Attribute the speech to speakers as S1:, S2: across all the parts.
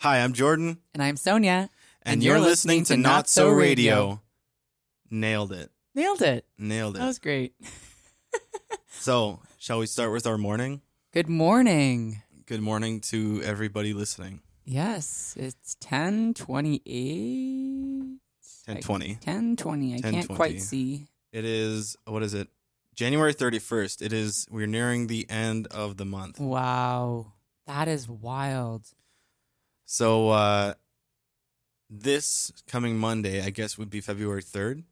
S1: Hi, I'm Jordan,
S2: And I'm Sonia.
S1: and, you're, listening, to Not So Radio. Nailed it.
S2: Nailed it.
S1: Nailed it.
S2: That was great.
S1: so, shall we start with our morning?
S2: Good morning.
S1: Good morning to everybody listening.
S2: Yes, it's 1028.
S1: 1020.
S2: 1020. I can't
S1: 10:20.
S2: quite see.
S1: It is, what is it? January 31st. It is, we're nearing the end of the month.
S2: Wow. That is wild.
S1: So, uh, this coming Monday, I guess, would be February 3rd.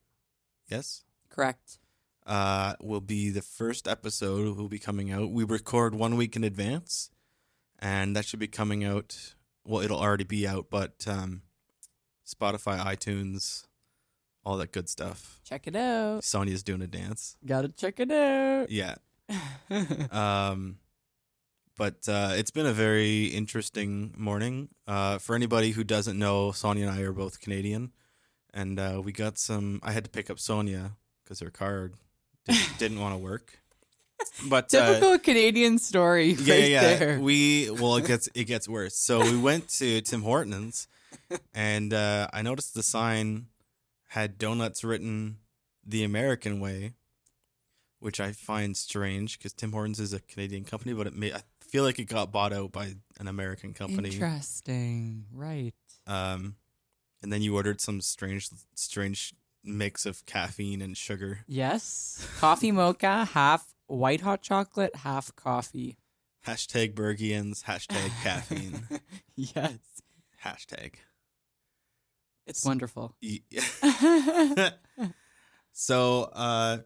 S1: Yes?
S2: Correct.
S1: uh, will be the first episode will be coming out. We record one week in advance, and that should be coming out. Well, it'll already be out, but um, Spotify, iTunes, all that good stuff.
S2: Check it out.
S1: Sonya's doing a dance.
S2: Gotta check it out.
S1: Yeah. Um, but uh, it's been a very interesting morning. Uh, for anybody who doesn't know, Sonia and I are both Canadian, and uh, we got some. I had to pick up Sonia because her car didn't, didn't want to work. But uh,
S2: Typical Canadian story
S1: yeah,
S2: right
S1: yeah, yeah.
S2: there.
S1: we well, it gets it gets worse. So we went to Tim Hortons, and uh, I noticed the sign had donuts written the American way, which I find strange because Tim Hortons is a Canadian company, but it may I feel like it got bought out by an American company.
S2: Interesting. Right.
S1: Um, and then you ordered some strange strange mix of caffeine and sugar.
S2: Yes. Coffee mocha, half white hot chocolate, half coffee.
S1: Hashtag Bergians, hashtag caffeine,
S2: yes.
S1: hashtag.
S2: It's wonderful.
S1: E-
S2: yeah.
S1: so uh,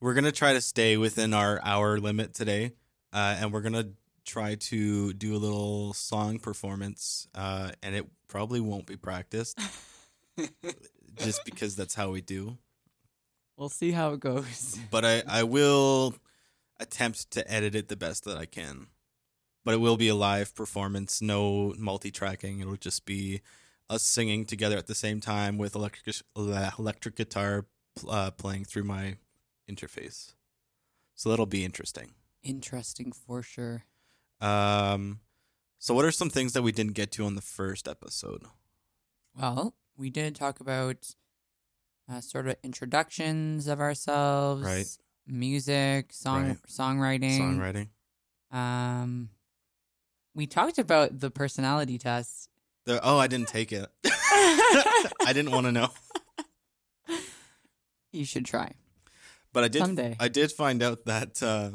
S1: we're gonna try to stay within our hour limit today, uh, and we're gonna try to do a little song performance, uh, and it probably won't be practiced, just because that's how we do.
S2: We'll see how it goes.
S1: But I, I will attempt to edit it the best that I can. But it will be a live performance, no multi-tracking. It'll just be us singing together at the same time with electric le- electric guitar uh, playing through my interface. So that'll be interesting.
S2: Interesting for sure.
S1: Um, so what are some things that we didn't get to on the first episode?
S2: Well, we did talk about uh, sort of introductions of ourselves,
S1: Right.
S2: Music, song
S1: Right.
S2: songwriting.
S1: Songwriting.
S2: Um, we talked about the personality test.
S1: The- oh, I didn't take it. I didn't want to know.
S2: You should try.
S1: But I did.
S2: Someday.
S1: I did find out that uh,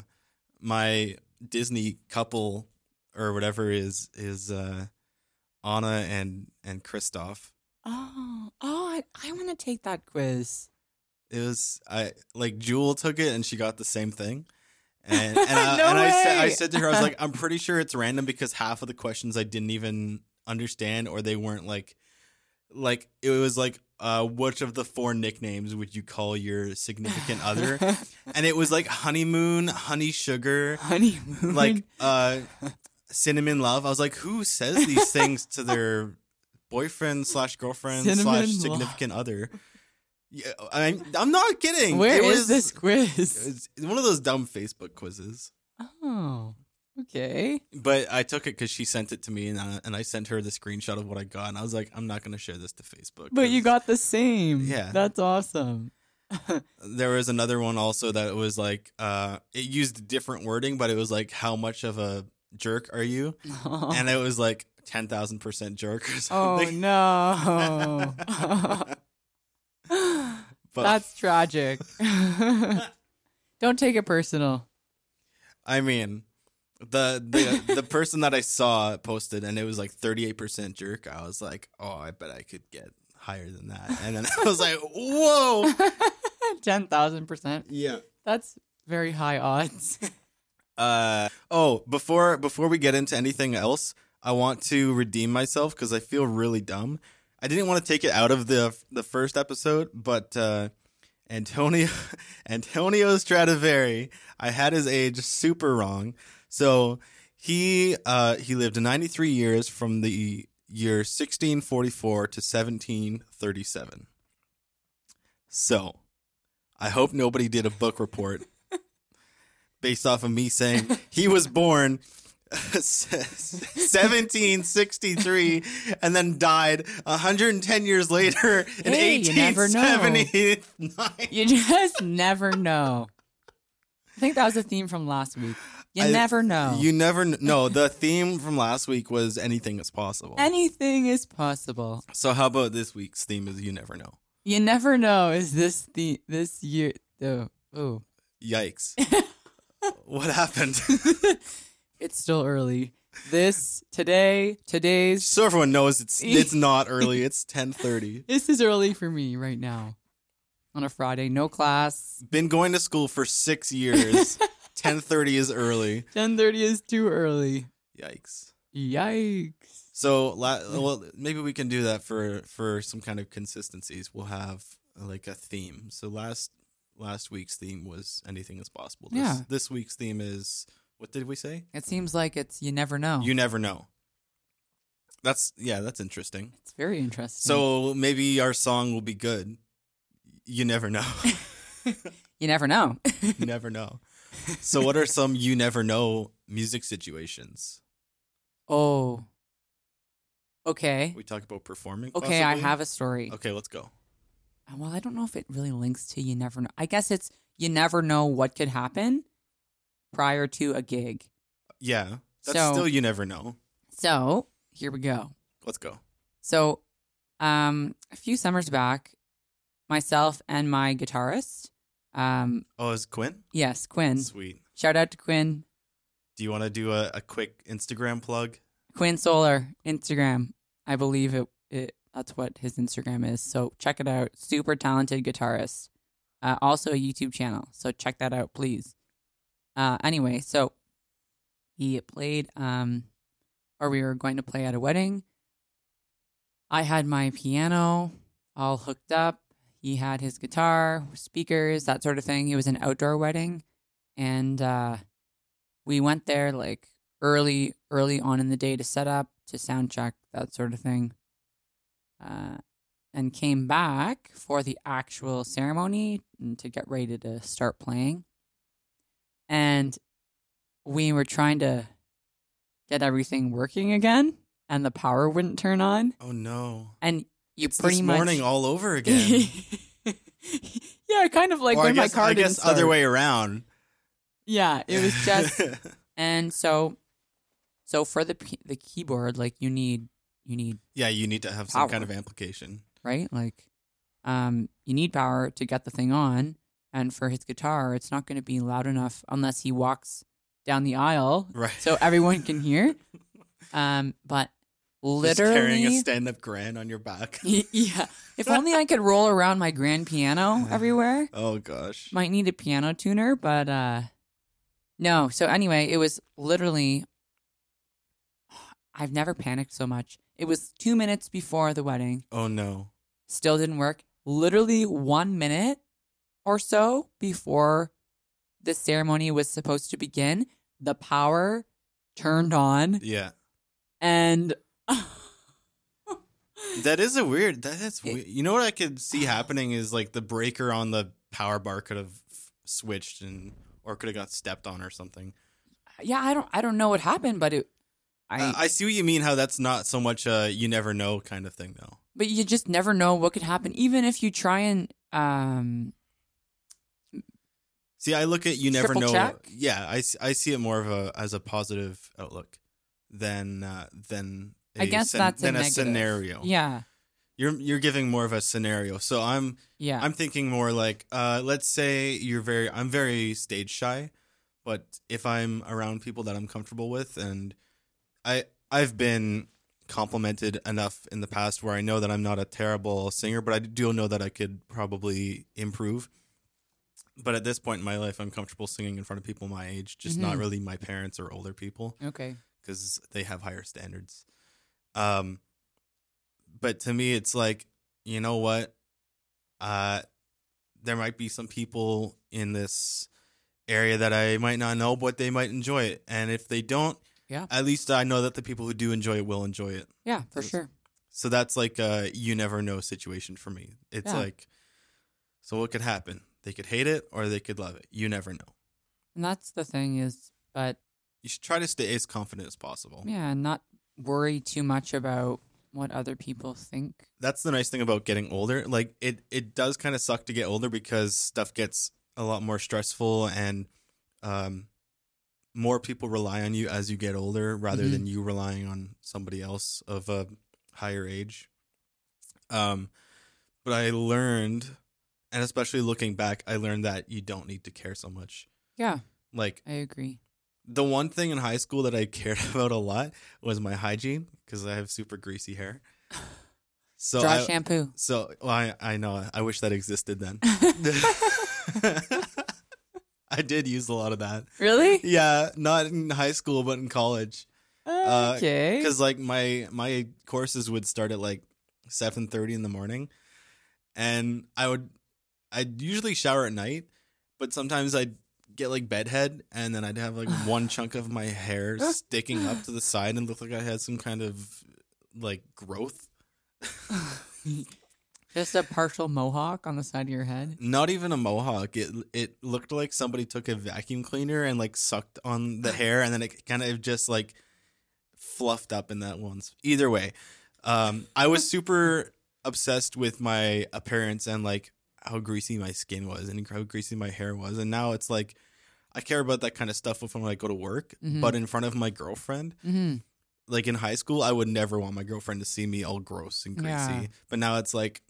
S1: my Disney couple or whatever is is uh, Anna and and Kristoff.
S2: Oh, oh, I, I want to take that quiz.
S1: It was I like Jewel took it and she got the same thing. And, and, I,
S2: No
S1: and I, said, I
S2: way.
S1: said to her, I was like, I'm pretty sure it's random because half of the questions I didn't even understand or they weren't like, like it was like, uh, which of the four nicknames would you call your significant other? and it was like honeymoon, honey sugar,
S2: honeymoon.
S1: like uh cinnamon love. I was like, who says these things to their boyfriend slash girlfriend
S2: Cinnamon
S1: slash
S2: love.
S1: significant other? Yeah, I'm I'm not kidding.
S2: where
S1: It
S2: is
S1: was-
S2: this
S1: it
S2: quiz?
S1: was one of those dumb Facebook quizzes.
S2: Oh, okay.
S1: But I took it because she sent it to me, and I, and I sent her the screenshot of what I got, and I was like, I'm not going to share this to Facebook.
S2: But you
S1: 'cause-
S2: got the same.
S1: Yeah.
S2: That's awesome.
S1: There was another one also that was like, uh, it used different wording, but it was like, how much of a jerk are you? and it was like ten thousand percent jerk or
S2: oh,
S1: something.
S2: no.
S1: but
S2: That's tragic. Don't take it personal.
S1: I mean, the the the person that I saw posted and it was like thirty eight percent jerk. I was like, oh, I bet I could get higher than that. And then I was like, whoa,
S2: 10,000%.
S1: yeah.
S2: That's very high odds.
S1: Uh oh, before before we get into anything else, I want to redeem myself because I feel really dumb. I didn't want to take it out of the the first episode, but uh Antonio Antonio Stradivari, I had his age super wrong. So he uh he lived 93 years from the year 1644 to 1737. So, I hope nobody did a book report based off of me saying he was born 1763 and then died 110 years later in
S2: Hey, you never know.
S1: 1879.
S2: You just never know. I think that was a theme from last week. You
S1: I-
S2: never know.
S1: You never kn- no. The theme from last week was anything is possible.
S2: Anything is possible.
S1: so how about this week's theme is you never know.
S2: You never know. Is this the this year? Oh, oh.
S1: Yikes! what happened?
S2: it's still early. This today today's
S1: so everyone knows it's it's not early. It's 10:30.
S2: this is early for me right now. On a Friday, no class.
S1: Been going to school for six years. 10:30 is early.
S2: Ten thirty is too early.
S1: Yikes!
S2: Yikes.
S1: So la-
S2: Hmm.
S1: well, maybe we can do that for for some kind of consistencies. We'll have uh, like a theme. So last last week's theme was anything is possible. This,
S2: Yeah.
S1: This week's theme is what did we say?
S2: It seems like it's you never know.
S1: You never know. That's yeah, that's interesting.
S2: it's very interesting.
S1: So maybe our song will be good. You never know.
S2: you never know.
S1: you never know. So what are some you never know music situations?
S2: Oh. Okay.
S1: We talk about performing.
S2: Okay, I
S1: possibly?
S2: have a story.
S1: Okay, let's go.
S2: Uh, Well, I don't know if it really links to you never know. I guess it's you never know what could happen prior to a gig.
S1: Yeah. That's
S2: So-
S1: still you never know.
S2: So, here we go.
S1: Let's go.
S2: So, um a few summers back, myself and my guitarist, um
S1: Oh, is Quinn?
S2: yes, Quinn.
S1: Sweet.
S2: Shout out to Quinn.
S1: Do you want to do a, a quick Instagram plug?
S2: Quinn Solar Instagram. I believe it, it. That's what his Instagram is. So check it out. Super talented guitarist. Uh, also a YouTube channel. So check that out, please. Uh, anyway, so he played, um, or we were going to play at a wedding. I had my piano all hooked up. He had his guitar, speakers, that sort of thing. It was an outdoor wedding, and uh, we went there like early early on in the day to set up to sound check that sort of thing uh, and came back for the actual ceremony and to get ready to start playing and we were trying to get everything working again and the power wouldn't turn on
S1: Oh no.
S2: and you
S1: It's
S2: pretty
S1: this
S2: much
S1: morning all over again.
S2: yeah kind of like
S1: or I
S2: when my
S1: guess,
S2: car
S1: I
S2: didn't
S1: guess other
S2: start.
S1: way around.
S2: yeah it was just and so so for the p- the keyboard like you need you need
S1: yeah, you need to have some kind of
S2: Power.
S1: application.
S2: right like um you need power to get the thing on and for his guitar it's not going to be loud enough unless he walks down the aisle
S1: Right.
S2: so everyone can hear um but
S1: Just carrying a
S2: literally
S1: stand-up grand on your back.
S2: yeah if only i could roll around my grand piano everywhere
S1: oh gosh.
S2: might need a piano tuner, but uh no. So anyway, it was literally I've never panicked so much. It was 2 minutes before the wedding.
S1: oh no.
S2: Still didn't work. Literally 1 minute or so before the ceremony was supposed to begin, the power turned on
S1: Yeah.
S2: and
S1: That is a weird. That is
S2: It-
S1: weird. You know what I could see happening is like the breaker on the power bar could have switched and or could have got stepped on or something.
S2: yeah, I don't I don't know what happened, but it I,
S1: Uh, I, I see what you mean. How that's not so much a you never know kind of thing though.
S2: but you just never know what could happen even if you try and um
S1: See, I look at you never
S2: Triple
S1: know.
S2: check?
S1: Yeah, I, s- I see it more of a as a positive outlook than uh, than
S2: I guess
S1: scen-
S2: that's a
S1: than a,
S2: negative.
S1: scenario.
S2: Yeah,
S1: you're you're giving more of a scenario. So I'm
S2: yeah,
S1: I'm thinking more like uh, let's say you're very I'm very stage shy, but if I'm around people that I'm comfortable with and I I've been complimented enough in the past where I know that I'm not a terrible singer, but I do know that I could probably improve. But at this point in my life, I'm comfortable singing in front of people my age, just not
S2: Mhm.
S1: really my parents or older people
S2: okay.
S1: because they have higher standards. Um, but to me, it's like you know what, uh, there might be some people in this area that I might not know, but they might enjoy it, and if they don't,
S2: Yeah.
S1: at least I know that the people who do enjoy it will enjoy it.
S2: Yeah, for
S1: Just-
S2: sure.
S1: So that's like a you never know situation for me. It's
S2: Yeah.
S1: like, so what could happen? They could hate it or they could love it. You never know.
S2: And that's the thing is, but
S1: you should try to stay as confident as possible.
S2: Yeah, and not worry too much about what other people think.
S1: That's the nice thing about getting older. Like it it does kind of suck to get older because stuff gets a lot more stressful and um more people rely on you as you get older rather
S2: Mhm.
S1: than you relying on somebody else of a higher age. Um but I learned and especially looking back, I learned that you don't need to care so much.
S2: Yeah,
S1: Like
S2: I agree.
S1: the one thing in high school that I cared about a lot was my hygiene because I have super greasy hair. So
S2: Dry
S1: I,
S2: shampoo.
S1: so well, I I know I wish that existed then. I did use a lot of that.
S2: really?
S1: Yeah, not in high school but in college Uh,
S2: okay.
S1: because like my my courses would start at like seven thirty in the morning, and I would I'd usually shower at night, but sometimes I'd get like bedhead, and then I'd have like one chunk of my hair sticking up to the side and look like I had some kind of like growth.
S2: Just a partial mohawk on the side of your head.
S1: Not even a mohawk. It it looked like somebody took a vacuum cleaner and like sucked on the hair, and then it kind of just like fluffed up in that once. Either way, um, I was super obsessed with my appearance and like how greasy my skin was and how greasy my hair was, and now it's like I care about that kind of stuff when I go to work,
S2: Mhm.
S1: but in front of my girlfriend,
S2: hmm
S1: like in high school, I would never want my girlfriend to see me all gross and greasy.
S2: Yeah.
S1: But now it's like,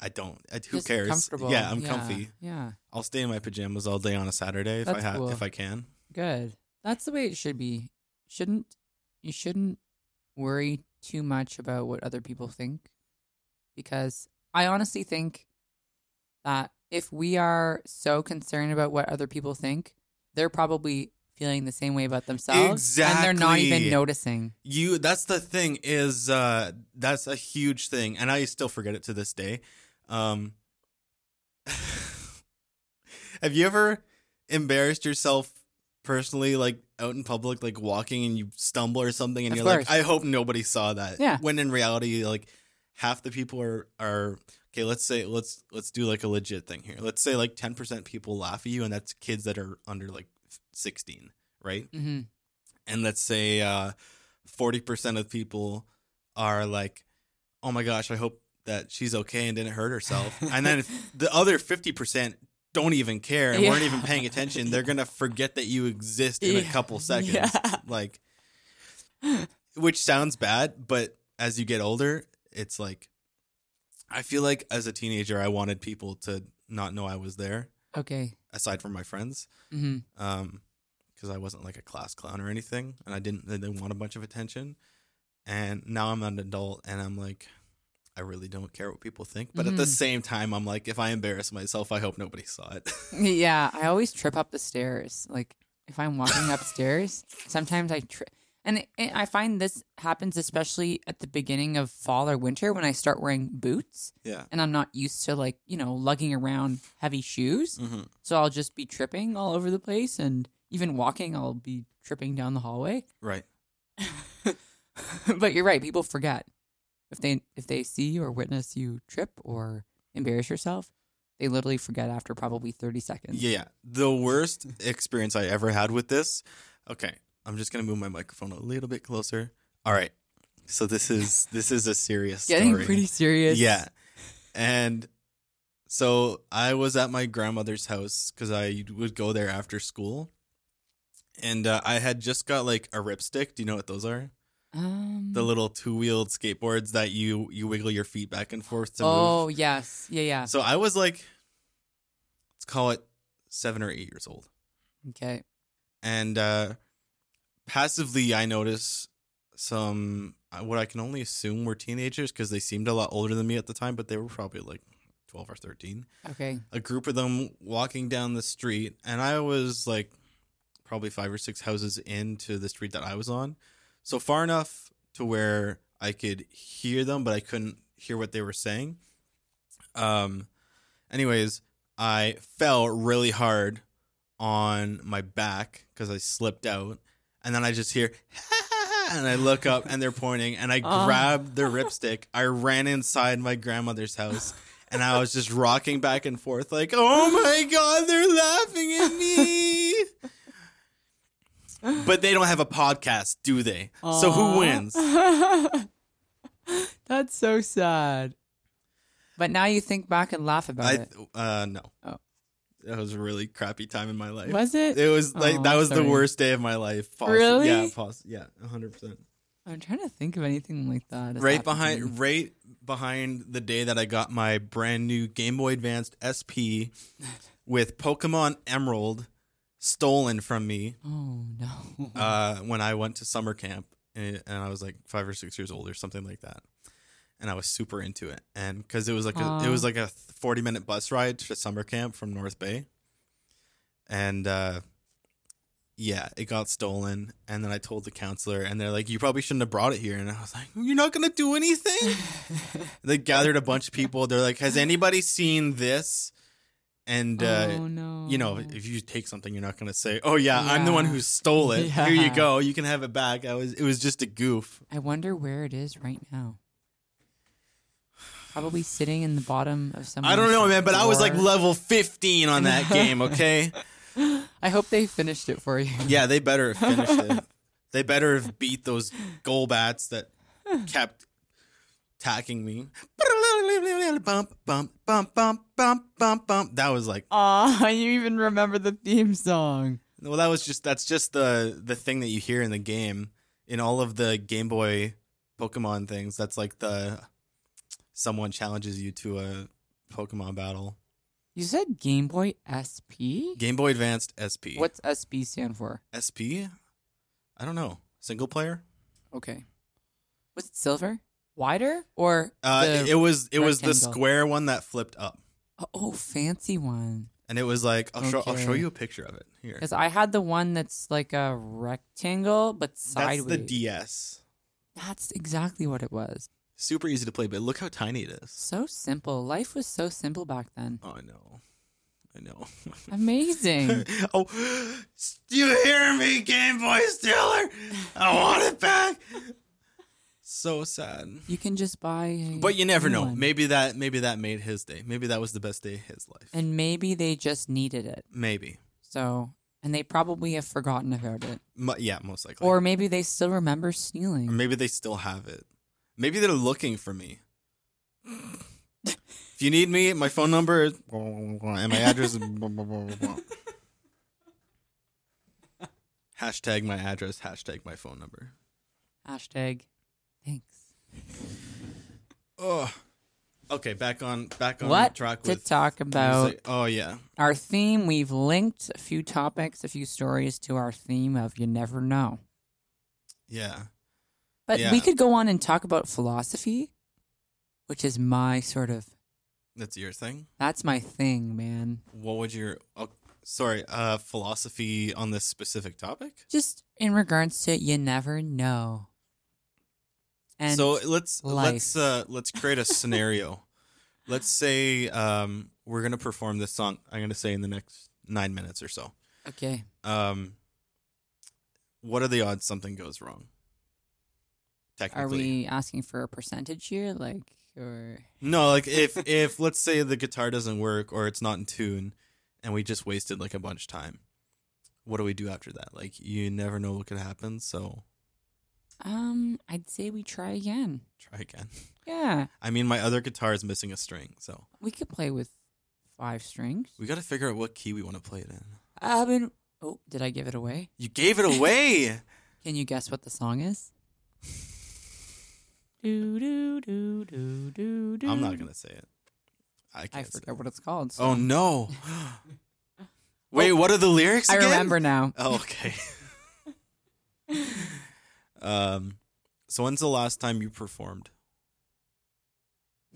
S1: I don't. I, who
S2: Just
S1: cares?
S2: Comfortable.
S1: Yeah, I'm comfy.
S2: Yeah,
S1: I'll stay in my pajamas all day on a Saturday if
S2: That's
S1: I have
S2: cool.
S1: if I can.
S2: good. That's the way it should be. Shouldn't you shouldn't worry too much about what other people think, because I honestly think that if we are so concerned about what other people think, they're probably feeling the same way about themselves, and they're not even
S1: Exactly.
S2: noticing.
S1: You. That's the thing. Is uh, that's a huge thing, and I still forget it to this day. Um, have you ever embarrassed yourself? personally like out in public like walking and you stumble or something and
S2: Of
S1: you're
S2: course.
S1: like i hope nobody saw that
S2: Yeah.
S1: when in reality like half the people are are okay let's say let's let's do like a legit thing here let's say like 10% people laugh at you and that's kids that are under like 16 right
S2: hmm
S1: and let's say uh, 40% of people are like oh my gosh i hope that she's okay and didn't hurt herself and then if the other 50% don't even care and weren't
S2: Yeah.
S1: even paying attention they're gonna forget that you exist in a
S2: Yeah.
S1: couple seconds
S2: Yeah.
S1: like which sounds bad but as you get older it's like i feel like as a teenager i wanted people to not know i was there
S2: Okay.
S1: aside from my friends
S2: hmm
S1: um because I wasn't like a class clown or anything, and I didn't I didn't want a bunch of attention. And now I'm an adult, and I'm like, I really don't care what people think. But at the
S2: Mhm.
S1: same time, I'm like, if I embarrass myself, I hope nobody saw it.
S2: Yeah, I always trip up the stairs. Like if I'm walking upstairs, sometimes I trip, and it, it- I find this happens especially at the beginning of fall or winter when I start wearing boots
S1: yeah.
S2: and I'm not used to like you know lugging around heavy shoes.
S1: hmm
S2: So I'll just be tripping all over the place, and even walking, I'll be tripping down the hallway.
S1: Right.
S2: but you're right; people forget if they if they see or witness you trip or embarrass yourself, they literally forget after probably thirty seconds.
S1: Yeah. The worst experience I ever had with this. Okay, I'm just gonna move my microphone a little bit closer. All right. So this is this is a serious
S2: Getting
S1: story.
S2: pretty serious.
S1: Yeah. And so I was at my grandmother's house because I would go there after school. And uh, I had just got like a ripstick. Do you know what those are?
S2: Um,
S1: The little two wheeled skateboards that you you wiggle your feet back and forth to
S2: oh yes, yeah, yeah.
S1: move. So I was like, let's call it seven or eight years old
S2: Okay.
S1: and uh, passively I notice some uh, what I can only assume were teenagers because they seemed a lot older than me at the time, but they were probably like twelve or thirteen.
S2: Okay.
S1: A group of them walking down the street, and I was like probably five or six houses into the street that I was on, so far enough to where I could hear them, but I couldn't hear what they were saying. Um, anyways, I fell really hard on my back because I slipped out, and then I just hear, and I look up, and they're pointing, and I
S2: Oh.
S1: grabbed the ripstick. I ran inside my grandmother's house. And I was just rocking back and forth, like, oh my God, they're laughing at me. but they don't have a podcast, do they? So
S2: Aw.
S1: who wins?
S2: That's so sad. But now you think back and laugh about
S1: I
S2: it.
S1: uh no.
S2: Oh.
S1: That was a really crappy time in my life.
S2: Was it?
S1: It was like
S2: Oh,
S1: that was
S2: sorry.
S1: the worst day of my life. Pause.
S2: Really?
S1: Yeah, pause. Yeah, 100%.
S2: I'm trying to think of anything like that. that's
S1: right
S2: happened to me.
S1: behind right behind the day that I got my brand new Game Boy Advanced SP with Pokemon Emerald stolen from me
S2: Oh no.
S1: uh, when I went to summer camp and, and I was like 5 or 6 years old or something like that. And I was super into it. And cuz it was like a, it
S2: Aw.
S1: was like a 40 minute bus ride to summer camp from North Bay. And uh yeah, it got stolen, and then I told the counselor, and they're like, "You probably shouldn't have brought it here." And I was like, "You're not gonna do anything." they gathered a bunch of people. They're like, "Has anybody seen this?" And uh,
S2: oh no.
S1: you know, if you take something, you're not gonna say, "Oh yeah, I'm the one
S2: Yeah.
S1: who stole it. Here you
S2: Yeah.
S1: go. You can have it back." I was. It was just a goof.
S2: I wonder where it is right now. Probably sitting in the bottom of some.
S1: I don't know, man. But I was like level 15 on that game. Okay.
S2: I hope they finished it for you.
S1: yeah, they better have finished it. They better have beat those goal bats that kept attacking me. Bump, bump, bump, bump, bump, bump, bump. That was like
S2: Aw, you even remember the theme song.
S1: Well, that was just that's just the the thing that you hear in the game in all of the Game Boy Pokemon things. That's like the someone challenges you to a Pokemon battle.
S2: You said Game Boy SP?
S1: Game Boy Advanced SP.
S2: What's SB stand for?
S1: SP? I don't know. Single player?
S2: Okay. Was it silver? Wider? Or
S1: Uh,
S2: the-
S1: it was it was the
S2: rectangle.
S1: square one that flipped up,
S2: oh, fancy one.
S1: and it was like I'll show I'll show
S2: Okay.
S1: you a picture of it here.
S2: Because I had the one that's like a rectangle but
S1: That's
S2: sideways.
S1: the DS.
S2: That's exactly what it was.
S1: Super easy to play, but look how tiny it is.
S2: So simple. Life was so simple back then.
S1: Oh, I know, I know.
S2: Amazing.
S1: oh, you hear me, Game Boy Stealer? I want it back. So sad.
S2: you can just buy. a
S1: But you never
S2: new
S1: know.
S2: one.
S1: Maybe that maybe that made his day. Maybe that was the best day of his life.
S2: and maybe they just needed it.
S1: maybe.
S2: So, and they probably have forgotten about it.
S1: Mo- yeah, most likely.
S2: Or maybe they still remember
S1: Or
S2: stealing.
S1: maybe they still have it. Maybe they're looking for me. if you need me, my phone number is and my address is hashtag my address, hashtag my phone number.
S2: Hashtag thanks.
S1: Oh. Okay, back on back on
S2: What
S1: track
S2: to
S1: with
S2: talk about?
S1: music. Oh yeah.
S2: Our theme, we've linked a few topics, a few stories to our theme of you never know.
S1: Yeah.
S2: But
S1: Yeah.
S2: we could go on and talk about philosophy, which is my sort of,
S1: That's your thing.
S2: that's my thing, man.
S1: What would your oh, sorry, uh philosophy on this specific topic?
S2: Just in regards to you never know. And
S1: so let's
S2: life.
S1: let's uh let's create a scenario. let's say um we're going to perform this song I'm going to say in the next 9 minutes or so.
S2: okay,
S1: Um what are the odds something goes wrong? Technically.
S2: are we asking for a percentage here? Like, or
S1: No, like if if let's say the guitar doesn't work or it's not in tune, and we just wasted like a bunch of time, what do we do after that? Like you never know what could happen, so
S2: um, I'd say we try again.
S1: try again.
S2: Yeah,
S1: I mean, my other guitar is missing a string, so
S2: we could play with five strings.
S1: we got to figure out what key we want to play it in.
S2: I've been. Oh, did I give it away?
S1: You gave it away.
S2: Can you guess what the song is? do do do do do do.
S1: I'm not gonna say it. I
S2: I
S1: can't. say
S2: forget what it's called.
S1: it.
S2: so-
S1: Oh no! Wait, what are the lyrics?
S2: Oh, I
S1: again?
S2: remember now.
S1: Oh, okay. um, so when's the last time you performed?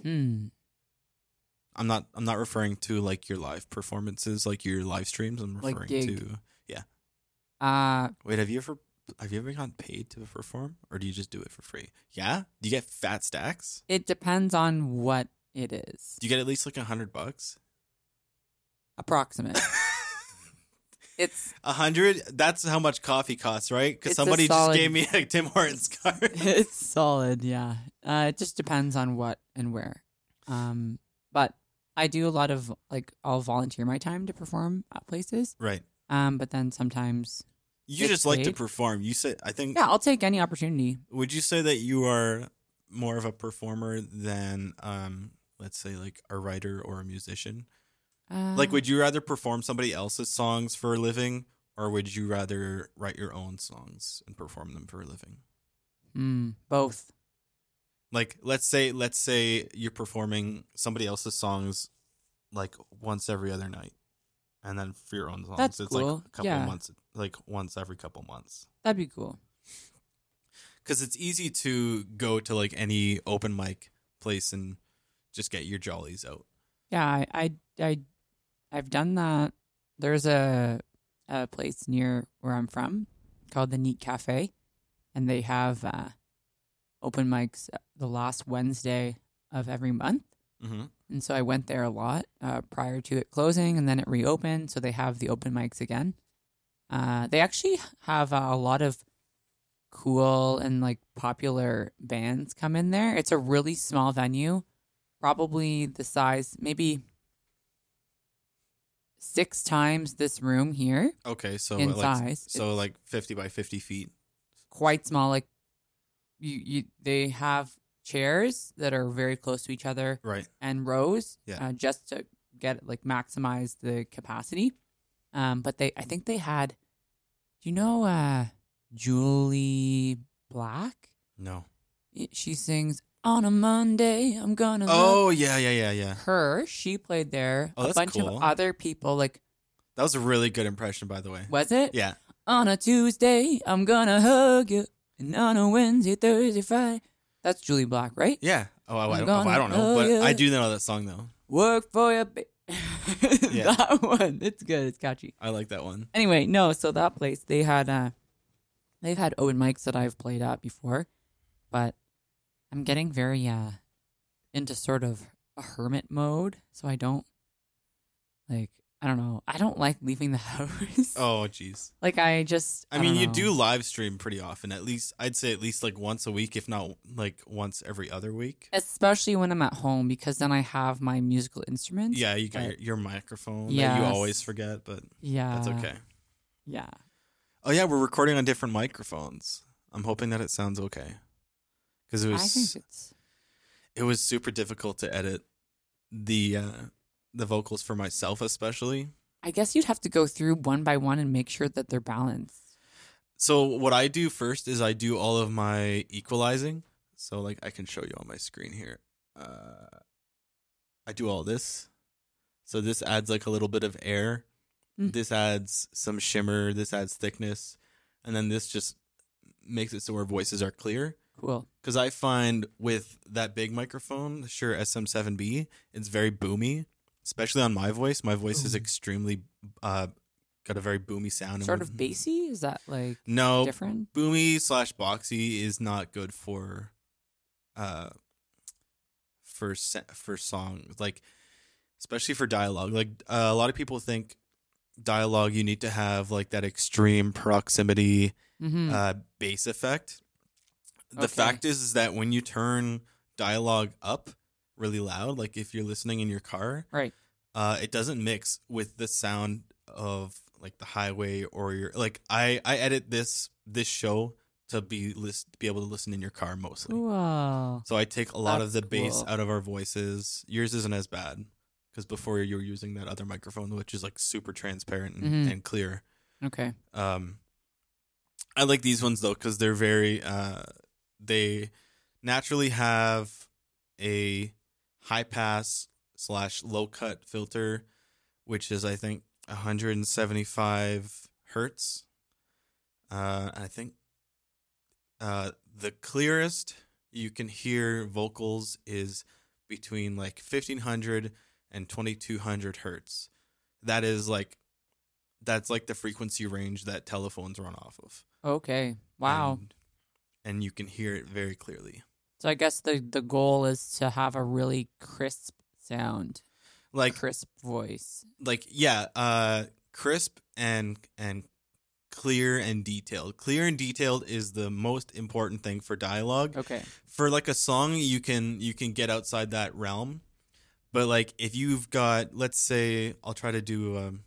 S2: Hmm.
S1: I'm not I'm not referring to like your live performances, like your live streams. I'm
S2: Like
S1: referring
S2: gig.
S1: to
S2: Uh,
S1: Wait, have you ever have you ever gotten paid to perform? Or do you just do it for free? Yeah? Do you get fat stacks?
S2: it depends on what it is.
S1: Do you get at least like a hundred bucks?
S2: Approximate. it's
S1: A hundred? That's how much coffee costs, right? Because
S2: It's a
S1: somebody
S2: solid-
S1: just gave me a Tim Hortons card.
S2: it's solid, yeah. Uh, it just depends on what and where. Um, but I do a lot of like I'll volunteer my time to perform at places.
S1: right.
S2: Um, but then sometimes
S1: You
S2: It's
S1: just like to
S2: paid.
S1: perform. You say I think
S2: Yeah, I'll take any opportunity.
S1: would you say that you are more of a performer than um let's say like a writer or a musician?
S2: Uh,
S1: Like would you rather perform somebody else's songs for a living or would you rather write your own songs and perform them for a living?
S2: mm, both?
S1: Like let's say let's say you're performing somebody else's songs like once every other night. And then for your own songs
S2: That's
S1: it's
S2: cool.
S1: like a couple
S2: Yeah.
S1: months like once every couple months.
S2: That'd be cool.
S1: because it's easy to go to like any open mic place and just get your jollies out.
S2: Yeah, I, I, I I've done that. There's a a place near where I'm from called the Neat Cafe, and they have uh, open mics the last Wednesday of every month.
S1: Mm-hmm.
S2: And so I went there a lot uh, prior to it closing, and then it reopened. So they have the open mics again. Uh, they actually have uh, a lot of cool and like popular bands come in there. It's a really small venue, probably the size, maybe six times this room here.
S1: Okay, so
S2: In
S1: like
S2: size,
S1: Oh, so like fifty by fifty feet.
S2: Quite small. Like you, you they have chairs that are very close to each other.
S1: Right.
S2: and rows
S1: Yeah.
S2: uh, just to get like maximize the capacity. Um, but they, I think they had, do you know, uh, Julie Black?
S1: No.
S2: Y- She sings on a Monday, I'm gonna.
S1: Oh yeah, yeah, yeah, yeah.
S2: love her. She played there.
S1: Oh,
S2: a
S1: that's
S2: bunch
S1: cool.
S2: of other people. Like,
S1: That was a really good impression, by the way.
S2: was it?
S1: Yeah.
S2: On a Tuesday, I'm gonna hug you, and on a Wednesday, Thursday, Friday. That's Julie Black, right?
S1: Yeah. Oh, I, I
S2: I'm
S1: don't, oh, I
S2: gonna
S1: don't know,
S2: know
S1: but
S2: ya.
S1: I do know that song though.
S2: Work for your. Ba-
S1: Yeah.
S2: that one. It's good. It's catchy.
S1: I like that one.
S2: anyway, no, so that place they had uh they've had open mics that I've played at before, but I'm getting very uh into sort of a hermit mode, so I don't like I don't know. I don't like leaving the house.
S1: Oh, jeez.
S2: Like I just
S1: I mean,
S2: don't
S1: you
S2: know.
S1: do live stream pretty often. At least I'd say at least like once a week, if not like once every other week.
S2: especially when I'm at home because then I have my musical instruments.
S1: Yeah, you got
S2: but-
S1: your, your microphone that you
S2: Yes. Uh.
S1: always forget, but
S2: Yeah.
S1: that's okay.
S2: Yeah.
S1: Oh yeah, we're recording on different microphones. I'm hoping that it sounds okay. Cuz it
S2: I think
S1: was
S2: it's
S1: it was super difficult to edit the uh the vocals for myself especially.
S2: I guess you'd have to go through one by one and make sure that they're balanced.
S1: So what I do first is I do all of my equalizing. So like I can show you on my screen here. Uh I do all this. So this adds like a little bit of air.
S2: Mm.
S1: This adds some shimmer, this adds thickness, and then this just makes it so our voices are clear.
S2: Cool.
S1: Because I find with that big microphone, the Shure SM7B, it's very boomy, especially on my voice. My voice is
S2: Boom.
S1: extremely uh, got a very boomy sound. and
S2: Sort
S1: with-
S2: of bassy? Is that like
S1: No,
S2: different?
S1: boomy slash boxy is not good for, uh, for se- for songs like, especially for dialogue. Like uh, a lot of people think dialogue, you need to have like that extreme proximity
S2: Mm-hmm.
S1: uh, bass effect. The
S2: Okay.
S1: fact is, is that when you turn dialogue up really loud, like if you're listening in your car,
S2: Right.
S1: uh, it doesn't mix with the sound of like the highway or your like. I I edit this this show to be list be able to listen in your car mostly.
S2: Cool.
S1: So I take a lot of the
S2: That's
S1: bass
S2: cool.
S1: out of our voices. Yours isn't as bad because before you were using that other microphone, which is like super transparent and,
S2: Mhm.
S1: and clear.
S2: Okay.
S1: Um, I like these ones though because they're very uh, they naturally have a high pass slash low cut filter, which is I think 175 hertz. Uh, I think uh, the clearest you can hear vocals is between like 1500 and 2200 hertz. That is like that's like the frequency range that telephones run off of.
S2: Okay. Wow.
S1: And, and you can hear it very clearly.
S2: so I guess the the goal is to have a really crisp sound,
S1: Like
S2: crisp voice.
S1: like yeah, uh crisp and and clear and detailed. Clear and detailed is the most important thing for dialogue.
S2: Okay.
S1: For like a song, you can you can get outside that realm. But like if you've got let's say I'll try to do um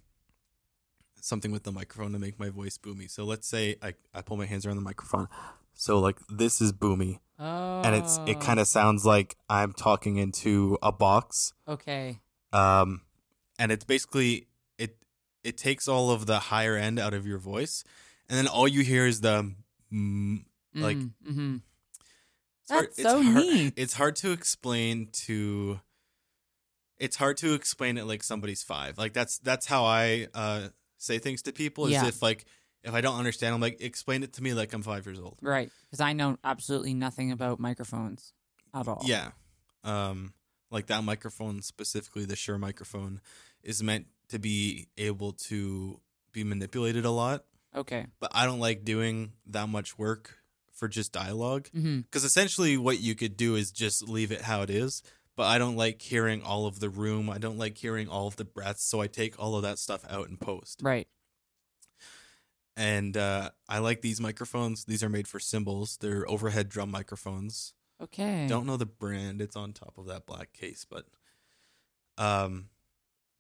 S1: something with the microphone to make my voice boomy. So let's say I, I pull my hands around the microphone. So like this is boomy,
S2: Oh.
S1: and it's it kind of sounds like I'm talking into a box.
S2: Okay.
S1: Um, and it's basically it it takes all of the higher end out of your voice, and then all you hear is the. Mm, Like-
S2: Mm, mhm.
S1: It's hard-
S2: That's so
S1: it's hard,
S2: neat.
S1: It's hard to explain to. It's hard to explain it like somebody's five. Like that's that's how I uh, say things to people. Is
S2: Yeah.
S1: if like if I don't understand, I'm like explain it to me like I'm five years old.
S2: Right. Because I know absolutely nothing about microphones at all.
S1: Yeah, um, like that microphone specifically, the Shure microphone, is meant to be able to be manipulated a lot.
S2: Okay.
S1: But I don't like doing that much work for just dialogue.
S2: Mm-hmm.
S1: because essentially what you could do is just leave it how it is but i don't like hearing all of the room i don't like hearing all of the breaths so i take all of that stuff out in post
S2: Right.
S1: and uh, i like these microphones these are made for cymbals they're overhead drum microphones
S2: Okay.
S1: don't know the brand it's on top of that black case but um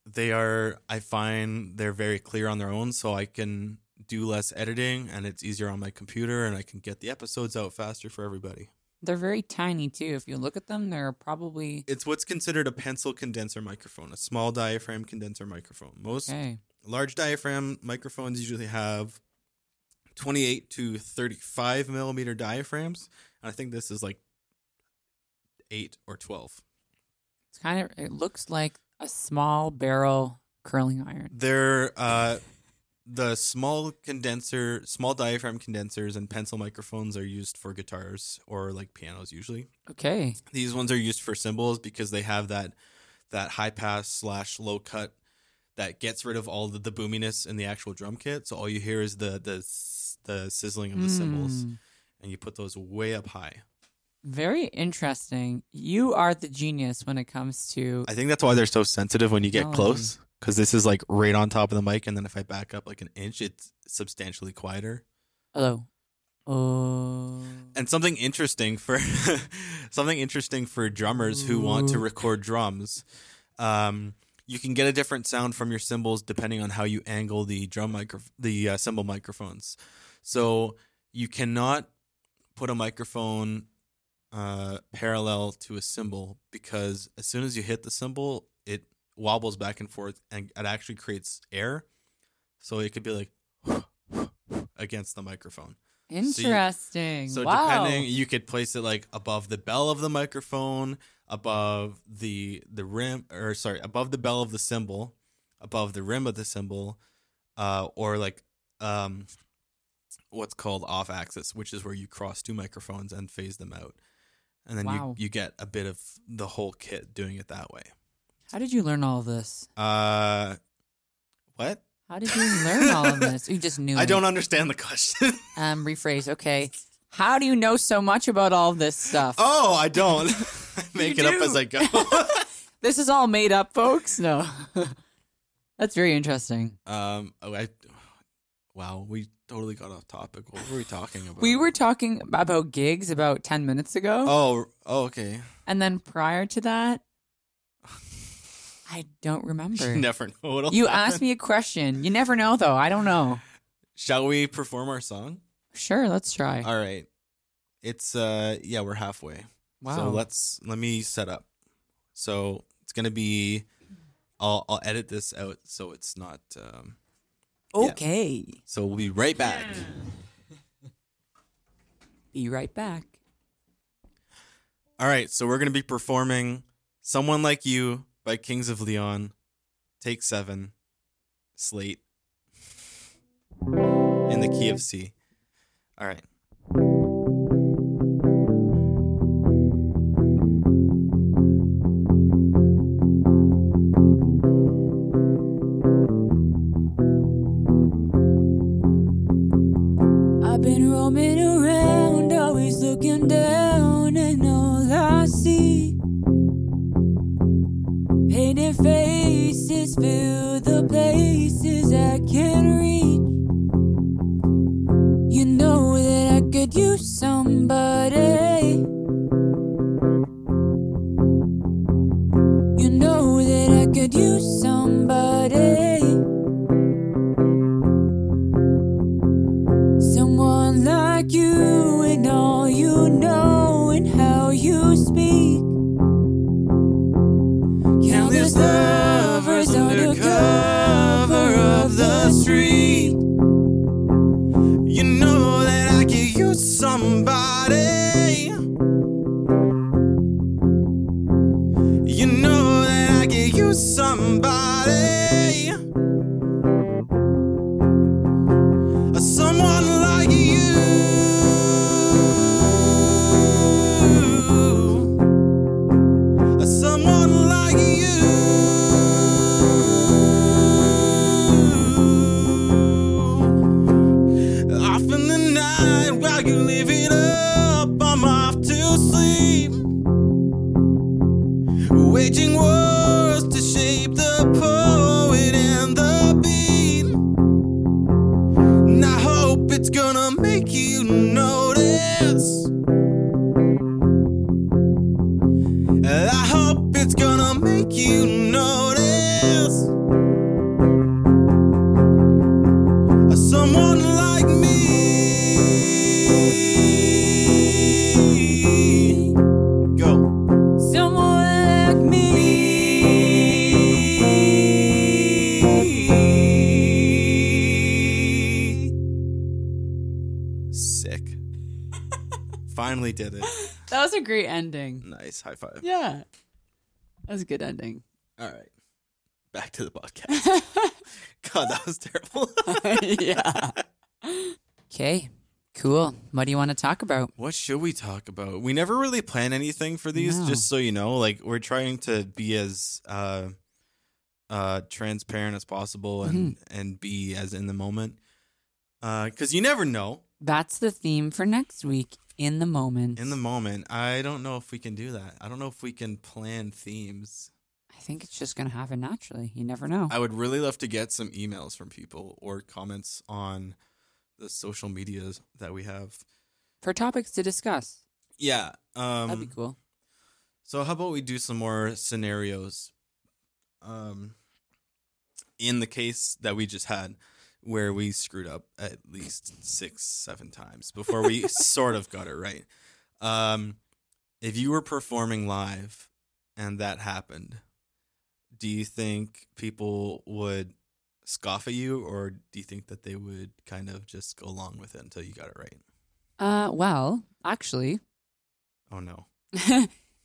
S1: they are i find they're very clear on their own so i can do less editing and it's easier on my computer and i can get the episodes out faster for everybody
S2: They're very tiny too. If you look at them, they're probably
S1: It's what's considered a pencil condenser microphone, a small diaphragm condenser microphone. Most
S2: okay.
S1: large diaphragm microphones usually have 28 to 35 millimeter diaphragms. And I think this is like 8 or 12.
S2: It's kind of. It looks like a small barrel curling iron.
S1: They're uh, the small condenser, small diaphragm condensers and pencil microphones are used for guitars or like pianos usually.
S2: Okay.
S1: These ones are used for cymbals because they have that that high pass slash low cut that gets rid of all the, the boominess in the actual drum kit. So all you hear is the the s- the sizzling of the cymbals,
S2: Mm.
S1: and you put those way up high.
S2: Very interesting. You are the genius when it comes to.
S1: I think that's why they're so sensitive when you get
S2: Technology.
S1: close, because this is like right on top of the mic, and then if I back up like an inch, it's substantially quieter.
S2: Hello. Oh.
S1: And something interesting for something interesting for drummers who want to
S2: Ooh.
S1: record drums. Um, you can get a different sound from your cymbals depending on how you angle the drum micro the uh, cymbal microphones. So you cannot put a microphone uh, parallel to a cymbal because as soon as you hit the cymbal, it wobbles back and forth and it actually creates air. So it could be like against the microphone.
S2: Interesting.
S1: So
S2: wow.
S1: depending, you could place it like above the bell of the microphone, above the the rim, or sorry, above the bell of the cymbal, above the rim of the cymbal, uh, or like um, what's called off axis, which is where you cross two microphones and phase them out, and then
S2: Wow.
S1: you you get a bit of the whole kit doing it that way.
S2: How did you learn all of this?
S1: Uh, what?
S2: How did you learn all of this? You just knew.
S1: I
S2: it.
S1: don't understand the question.
S2: Um, rephrase. Okay. How do you know so much about all of this stuff?
S1: oh, I don't. I Make it up
S2: do.
S1: as I go.
S2: This is all made up, folks. No. That's very interesting.
S1: Um. Oh, I. Wow, we totally got off topic. What were we talking about?
S2: We were talking about gigs about 10 minutes ago.
S1: Oh. Oh. Okay.
S2: And then prior to that, I don't remember.
S1: You never know what'll
S2: You
S1: happen.
S2: asked me a question. You never know, though. I don't know.
S1: Shall we perform our song?
S2: Sure, let's try.
S1: All right. It's uh. Yeah, we're halfway.
S2: wow.
S1: So let's let me set up. So it's gonna be. I'll I'll edit this out so it's not. Um,
S2: okay.
S1: so we'll be right back.
S2: Be right back.
S1: All right. So we're gonna be performing "Someone Like You" by Kings of Leon, Take Seven, Slate, in the key of C. All right.
S2: I've been roaming around, always looking down, and all I see. Painted faces fill the places I can reach. You know that I could use somebody. You know that I could use somebody.
S1: waging wars to shape the poet and the beat. And I hope it's gonna make you notice. And I hope it's gonna make you notice. Someone like me. Go.
S2: Someone like me.
S1: Sick. Finally did it.
S2: That was a great ending.
S1: Nice. High five.
S2: Yeah. That was a good ending.
S1: All right. Back to the podcast. God, that was terrible.
S2: yeah. Okay. Cool. What do you want to talk about?
S1: what should we talk about? We never really plan anything for these,
S2: No.
S1: just so you know. Like we're trying to be as uh uh transparent as possible and and be as in the moment. Uh cuz you never know
S2: That's the theme for next week. In the moment.
S1: in the moment. I don't know if we can do that. I don't know if we can plan themes.
S2: I think it's just gonna happen naturally. You never know.
S1: I would really love to get some emails from people or comments on the social medias that we have.
S2: For topics to discuss.
S1: Yeah. Um
S2: That'd be cool.
S1: So how about we do some more scenarios? Um, in the case that we just had, where we screwed up at least six, seven times before we sort of got it right. Um, if you were performing live and that happened, do you think people would scoff at you, or do you think that they would kind of just go along with it until you got it right?
S2: Uh well, actually,
S1: Oh no!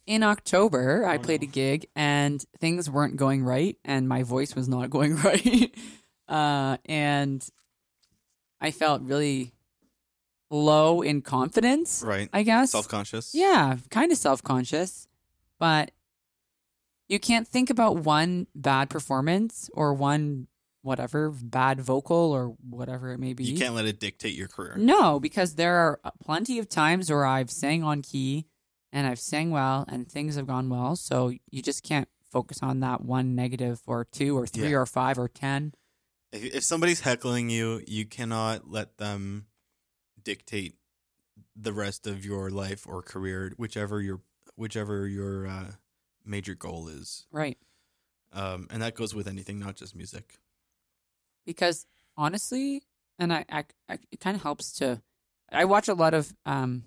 S2: in October, I
S1: Oh,
S2: played
S1: no.
S2: a gig and things weren't going right, and my voice was not going right. uh, and I felt really low in confidence,
S1: Right?
S2: I guess.
S1: Self conscious.
S2: Yeah, kind of self conscious, but you can't think about one bad performance or one whatever bad vocal or whatever it may be.
S1: You can't let it dictate your career.
S2: No, because there are plenty of times where I've sang on key and I've sang well and things have gone well. So you just can't focus on that one negative or two or three
S1: Yeah.
S2: or five or 10.
S1: if, if somebody's heckling you, you cannot let them dictate the rest of your life or career, whichever your whichever your uh, major goal is.
S2: Right.
S1: Um, and that goes with anything, not just music.
S2: Because honestly, and I, I, I it kind of helps to, I watch a lot of, um,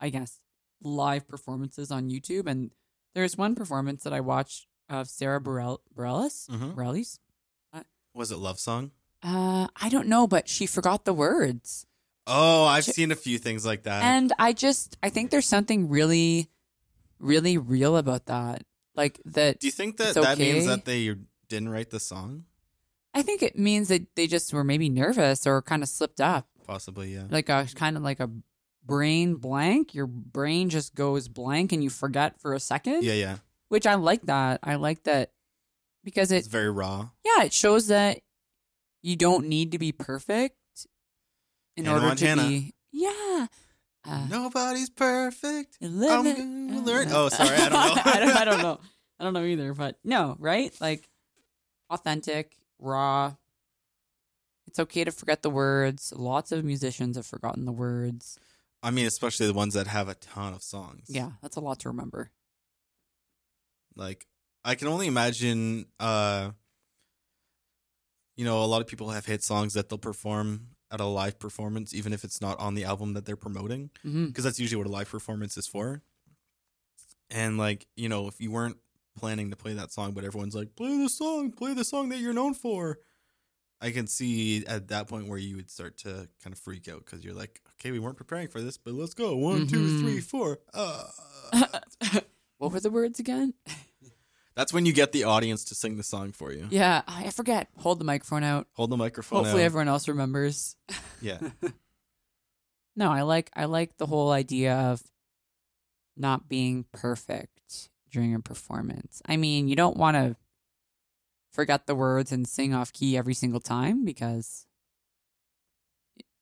S2: I guess, live performances on YouTube. And there's one performance that I watched of Sarah Bareilles. Bareilles?
S1: Mhm.
S2: Bareilles?
S1: Was it love song?
S2: Uh, I don't know, but she forgot the words.
S1: Oh, I've
S2: Ch-
S1: seen a few things like that.
S2: and I just I think there's something really, really real about that. Like that,
S1: Do you think that
S2: It's
S1: that means
S2: okay.
S1: that they didn't write the song?
S2: I think it means that they just were maybe nervous or kind of slipped up,
S1: Possibly, yeah.
S2: like a kind of like a brain blank. Your brain just goes blank and you forget for a second.
S1: Yeah, yeah.
S2: Which I like that. I like that because it
S1: It's very raw.
S2: yeah it shows that you don't need to be perfect in
S1: Hannah
S2: order
S1: Montana.
S2: to be yeah. Uh,
S1: Nobody's perfect.
S2: Eleven.
S1: I'm gonna Um, learn- oh, sorry, I don't know.
S2: I, don't, I don't know. I don't know either. But no, right? Like authentic, raw. It's okay to forget the words. Lots of musicians have forgotten the words.
S1: I mean, especially the ones that have a ton of songs.
S2: Yeah, that's a lot to remember.
S1: Like I can only imagine uh you know, a lot of people have hit songs that they'll perform at a live performance even if it's not on the album that they're promoting
S2: hmm
S1: because that's usually what a live performance is for. And like, you know, if you weren't planning to play that song but everyone's like, "Play the song, play the song that you're known for." I can see at that point where you would start to kind of freak out because you're like, okay, we weren't preparing for this, but let's go. One, two,
S2: Mhm.
S1: three, four. Uh,
S2: what were the words again?
S1: that's when you get the audience to sing the song for you.
S2: Yeah, I I forget. Hold the microphone out.
S1: Hold the microphone.
S2: Hopefully,
S1: out.
S2: everyone else remembers.
S1: yeah,
S2: No, I like I like the whole idea of not being perfect during a performance. I mean, you don't want to forget the words and sing off key every single time because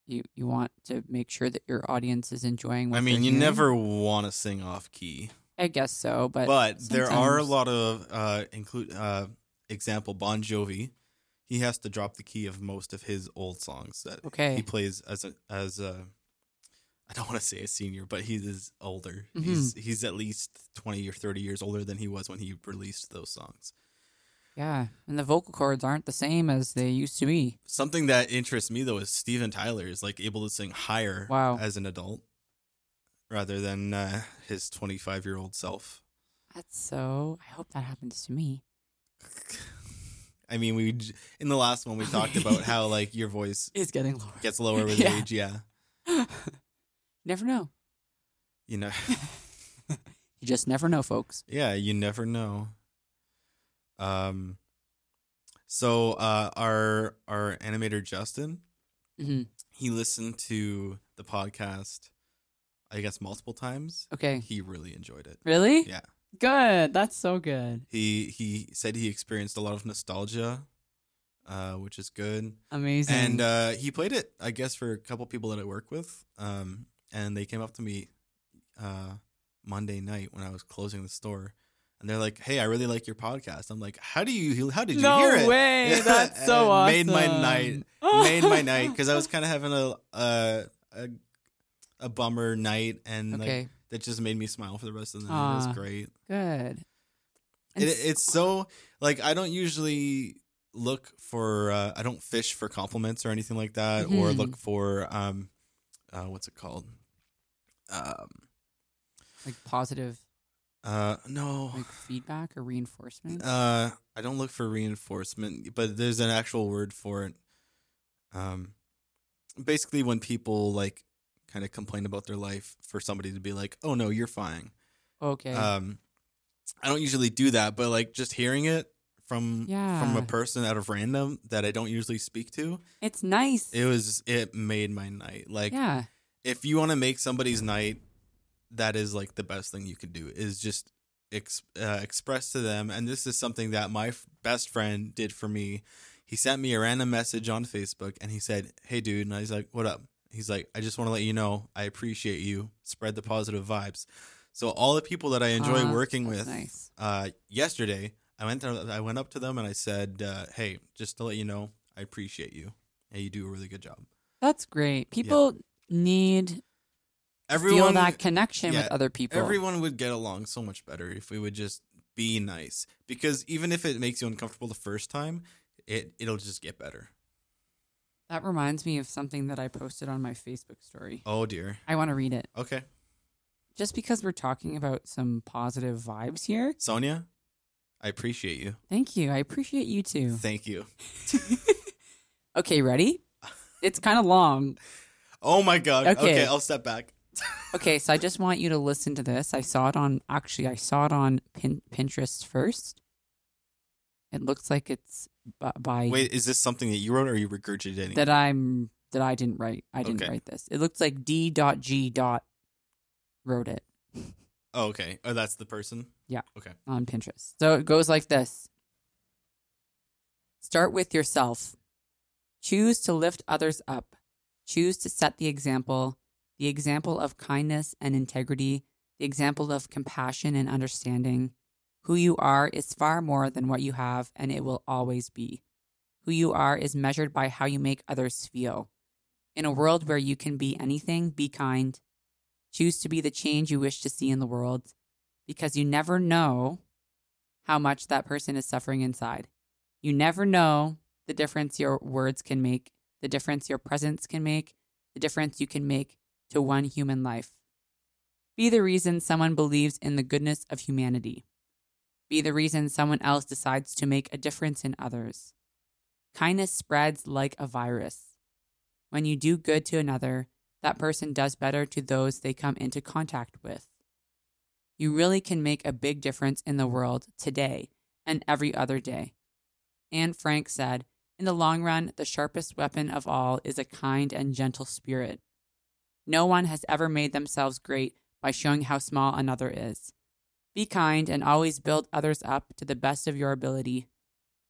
S2: you you want to make sure that your audience is enjoying what
S1: I
S2: they're
S1: mean, you
S2: hearing.
S1: never want to sing off key.
S2: I guess so, but,
S1: but there are a
S2: sometimes-
S1: lot of uh include uh example Bon Jovi. He has to drop the key of most of his old songs that
S2: okay.
S1: he plays as a as a I don't want to say a senior, but he is older.
S2: Mhm.
S1: He's he's at least twenty or thirty years older than he was when he released those songs.
S2: Yeah, and the vocal cords aren't the same as they used to be.
S1: Something that interests me though is Steven Tyler is like able to sing higher
S2: Wow.
S1: as an adult rather than uh, his twenty five year old self.
S2: That's so. I hope that happens to me.
S1: I mean, we j- in the last one we talked about how like your voice
S2: It's getting lower.
S1: gets lower with
S2: Yeah.
S1: age. Yeah,
S2: never know.
S1: you know.
S2: You just never know, folks.
S1: Yeah, you never know. Um, so uh, our our animator Justin,
S2: hmm
S1: he listened to the podcast, I guess multiple times.
S2: Okay.
S1: He really enjoyed it.
S2: Really?
S1: Yeah.
S2: Good. That's so good.
S1: He he said he experienced a lot of nostalgia, uh, which is good.
S2: Amazing.
S1: And uh, he played it, I guess, for a couple people that I work with. Um, and they came up to me uh, Monday night when I was closing the store, and they're like, "Hey, I really like your podcast." I'm like, "How do you? How did you
S2: no
S1: hear it?"
S2: way.
S1: Yeah,
S2: That's so
S1: and
S2: awesome.
S1: made my night. Made my night because I was kind of having a a, a a bummer night, and
S2: okay.
S1: like, that just made me smile for the rest of the night. It
S2: Aw.
S1: was great.
S2: good.
S1: It,
S2: And
S1: it's so like I don't usually look for uh, I don't fish for compliments or anything like that, or
S2: Mhm.
S1: look for um, uh, what's it called? Um,
S2: like positive
S1: uh, no,
S2: like feedback or reinforcement.
S1: uh, I don't look for reinforcement, but there's an actual word for it. Um, basically, when people like kind of complain about their life, for somebody to be like, "Oh no, you're fine."
S2: okay.
S1: Um, I don't usually do that, but like just hearing it from from
S2: Yeah.
S1: a person out of random that I don't usually speak to,
S2: it's nice.
S1: it was it made my night. Like
S2: yeah.
S1: if you want to make somebody's night, that is like the best thing you can do is just ex- uh, express to them. And this is something that my f- best friend did for me. He sent me a random message on Facebook and he said, "Hey, dude," and I was like, "What up?" He's like, "I just want to let you know I appreciate you. Spread the positive vibes." So all the people that I enjoy
S2: Aw,
S1: working
S2: that's
S1: with,
S2: Nice.
S1: uh, yesterday I went to, I went up to them and I said, uh, "Hey, just to let you know, I appreciate you. and you do a really good job."
S2: That's great. People need feel that connection
S1: yeah,
S2: with other people.
S1: everyone would get along so much better if we would just be nice. Because even if it makes you uncomfortable the first time, it it'll just get better.
S2: that reminds me of something that I posted on my Facebook story.
S1: Oh dear.
S2: I want to read it.
S1: Okay,
S2: Just because we're talking about some positive vibes here.
S1: Sonia, I appreciate you.
S2: Thank you. I appreciate you too.
S1: Thank you.
S2: Okay, ready? It's kind of long.
S1: Oh my god. Okay,
S2: Okay.
S1: I'll step back.
S2: Okay, so I just want you to listen to this. I saw it on actually I saw it on Pin- Pinterest first. It looks like it's b- by
S1: Wait, is this something that you wrote or are you regurgitating?
S2: that I'm that I didn't write. I didn't
S1: Okay.
S2: write this. It looks like D. dot G. dot wrote it
S1: oh, okay. Oh, that's the person.
S2: on Pinterest. So it goes like this. Start with yourself. Choose to lift others up. Choose to set the example, the example of kindness and integrity, the example of compassion and understanding. Who you are is far more than what you have, and it will always be. Who you are is measured by how you make others feel. In a world where you can be anything, be kind. Choose to be the change you wish to see in the world because you never know how much that person is suffering inside. You never know the difference your words can make, the difference your presence can make, the difference you can make to one human life. Be the reason someone believes in the goodness of humanity. Be the reason someone else decides to make a difference in others. Kindness spreads like a virus. When you do good to another, that person does better to those they come into contact with. You really can make a big difference in the world today and every other day. Anne Frank said, In the long run, the sharpest weapon of all is a kind and gentle spirit. No one has ever made themselves great by showing how small another is. Be kind and always build others up to the best of your ability.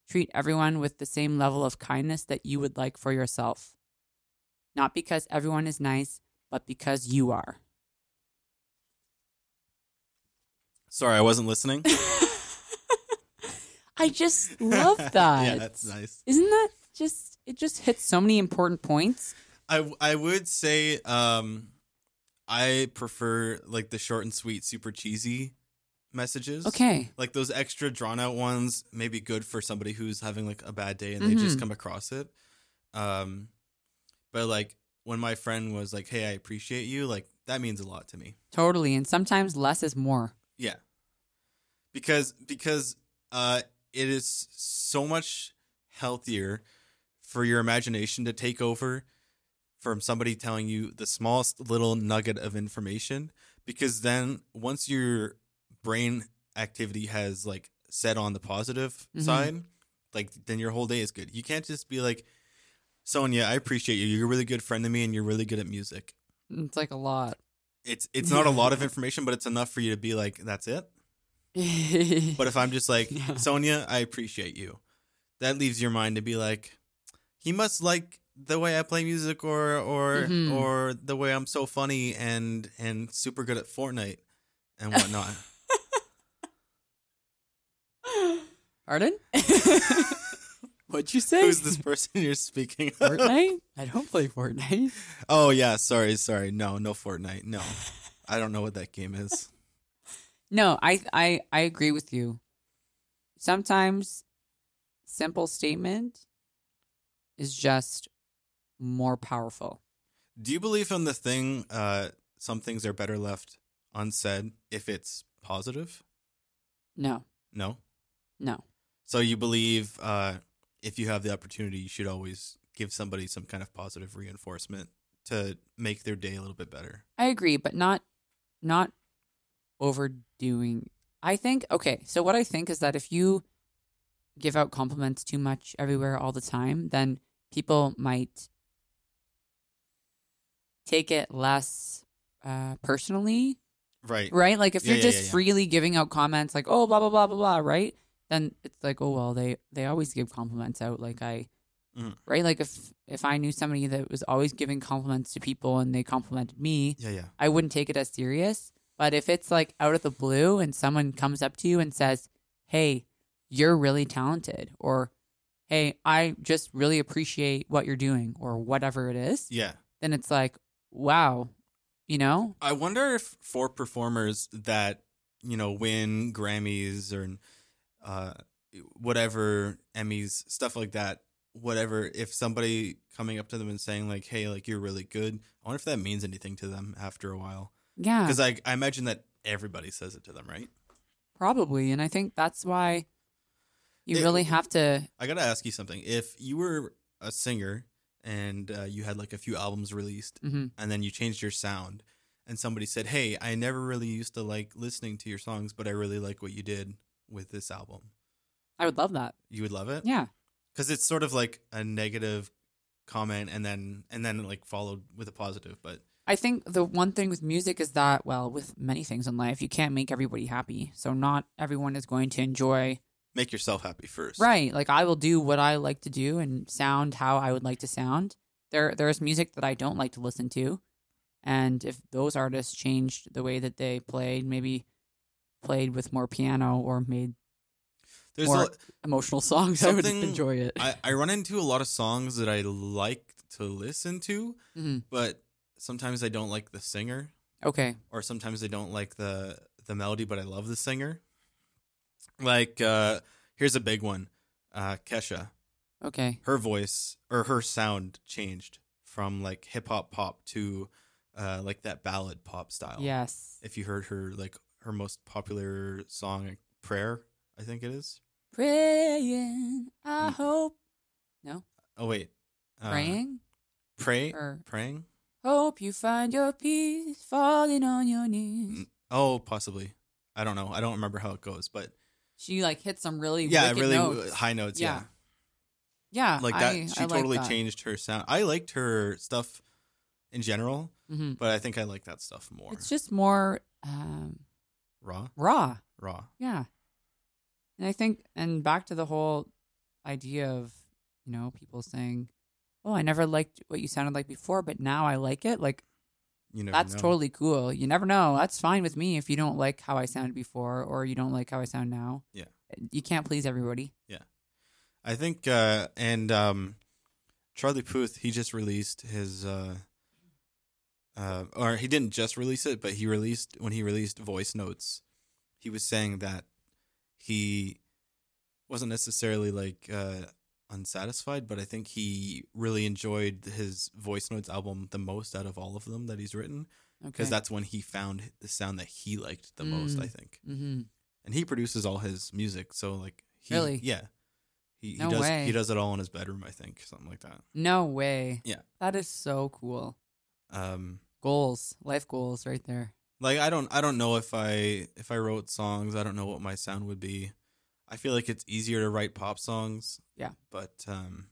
S2: Treat everyone with the same level of kindness that you would like for yourself. Not because everyone is nice, but because you are.
S1: Sorry, I wasn't listening.
S2: I just love that.
S1: yeah, that's nice.
S2: Isn't that just it just hits so many important points?
S1: I I would say um I prefer like the short and sweet, super cheesy messages.
S2: Okay.
S1: Like those extra drawn out ones may be good for somebody who's having like a bad day and they just
S2: Mhm.
S1: come across it. Um but like when my friend was like, "Hey, I appreciate you." Like that means a lot to me.
S2: Totally. And sometimes less is more.
S1: Yeah. Because because uh it is so much healthier for your imagination to take over from somebody telling you the smallest little nugget of information because then once your brain activity has like set on the positive
S2: Mhm.
S1: side like then your whole day is good. You can't just be like Sonia, I appreciate you. You're a really good friend to me and you're really good at music.
S2: It's like a lot.
S1: It's it's not a lot of information but it's enough for you to be like that's it. But
S2: but
S1: if I'm just like,
S2: Yeah.
S1: Sonia, I appreciate you, that leaves your mind to be like, he must like the way I play music or or
S2: Mhm.
S1: or the way I'm so funny and and super good at Fortnite and whatnot.
S2: Pardon? What'd you say?
S1: Who's this person you're speaking of?
S2: Fortnite? I don't play Fortnite.
S1: Oh yeah, sorry, sorry. No, no Fortnite. No. I don't know what that game is.
S2: No, I I I agree with you. Sometimes simple statement is just more powerful.
S1: Do you believe in the thing uh some things are better left unsaid if it's positive?
S2: No.
S1: No.
S2: No.
S1: So you believe uh, if you have the opportunity, you should always give somebody some kind of positive reinforcement to make their day a little bit better.
S2: I agree, but not not overdoing. I think okay, so what I think is that if you give out compliments too much everywhere all the time, then people might take it less uh personally,
S1: Right.
S2: right? Like if
S1: Yeah,
S2: you're
S1: yeah,
S2: just
S1: yeah, yeah.
S2: freely giving out comments like oh blah blah blah blah blah, right? Then it's like oh well they they always give compliments out like I
S1: Mhm.
S2: right? Like if if I knew somebody that was always giving compliments to people and they complimented me,
S1: Yeah, yeah.
S2: I wouldn't take it as serious. But if it's like out of the blue and someone comes up to you and says, Hey, you're really talented, or Hey, I just really appreciate what you're doing, or whatever it is,
S1: Yeah.
S2: then it's like, Wow, you know?
S1: I wonder if for performers that, you know, win Grammys or uh, whatever, Emmys, stuff like that, whatever, if somebody coming up to them and saying, like, hey, like, you're really good, I wonder if that means anything to them after a while.
S2: Yeah,
S1: Because I, I imagine that everybody says it to them, right?
S2: probably. And I think that's why you
S1: It-
S2: really have to.
S1: I gotta ask you something. If you were a singer and uh, you had like a few albums released,
S2: Mhm.
S1: and then you changed your sound, and somebody said, "Hey, I never really used to like listening to your songs, but I really like what you did with this album,"
S2: I would love that.
S1: you would love it,
S2: Yeah.
S1: because it's sort of like a negative comment, and then and then like followed with a positive. But
S2: I think the one thing with music is that, well, with many things in life, you can't make everybody happy. So not everyone is going to enjoy
S1: make yourself happy first,
S2: Right. Like I will do what I like to do and sound how I would like to sound. There there's music that I don't like to listen to. And if those artists changed the way that they played, maybe played with more piano or made
S1: There's
S2: Or-
S1: a,
S2: emotional songs, I would
S1: Something
S2: enjoy it.
S1: I, I run into a lot of songs that I like to listen to,
S2: Mhm.
S1: but sometimes I don't like the singer.
S2: okay.
S1: or sometimes I don't like the the melody, but I love the singer. Like uh here's a big one. Uh Kesha.
S2: Okay.
S1: Her voice or her sound changed from like hip hop pop to uh like that ballad pop style.
S2: Yes.
S1: If you heard her like her most popular song Prayer, I think it is.
S2: Praying, I
S1: Mm.
S2: hope
S1: Oh wait. Uh,
S2: praying
S1: Pray
S2: or
S1: praying?
S2: hope you find your peace falling on your knees.
S1: Mm. Oh, possibly. I don't know. I don't remember how it goes, but
S2: She like hit some really
S1: yeah,
S2: wicked
S1: really
S2: notes.
S1: high notes, yeah.
S2: Yeah. yeah,
S1: like that
S2: I-
S1: she
S2: I like
S1: totally
S2: that.
S1: changed her sound i liked her stuff in general
S2: Mhm.
S1: but i think i like that stuff more
S2: It's just more um,
S1: raw
S2: raw.
S1: raw
S2: Yeah. And I think, and back to the whole idea of, you know, people saying, oh, I never liked what you sounded like before, but now I like it. Like,
S1: You never
S2: That's
S1: know.
S2: totally cool. You never know. That's fine with me if you don't like how I sounded before or you don't like how I sound now.
S1: Yeah.
S2: You can't please everybody.
S1: I think uh and um Charlie Puth he just released his uh uh or he didn't just release it but he released when he released voice notes he was saying that he wasn't necessarily like uh unsatisfied but I think he really enjoyed his voice notes album the most out of all of them that he's written
S2: Okay.
S1: because that's when he found the sound that he liked the most
S2: Mm.
S1: I think
S2: mm-hmm.
S1: and he produces all his music. So like, he,
S2: Really?
S1: yeah, he,
S2: No
S1: he does
S2: way.
S1: he does it all in his bedroom, I think, something like that.
S2: No way.
S1: Yeah.
S2: That is so cool.
S1: Um,
S2: Goals, life goals right there.
S1: like I don't I don't know if I if I wrote songs, I don't know what my sound would be. I feel like it's easier to write pop songs.
S2: Yeah.
S1: but um,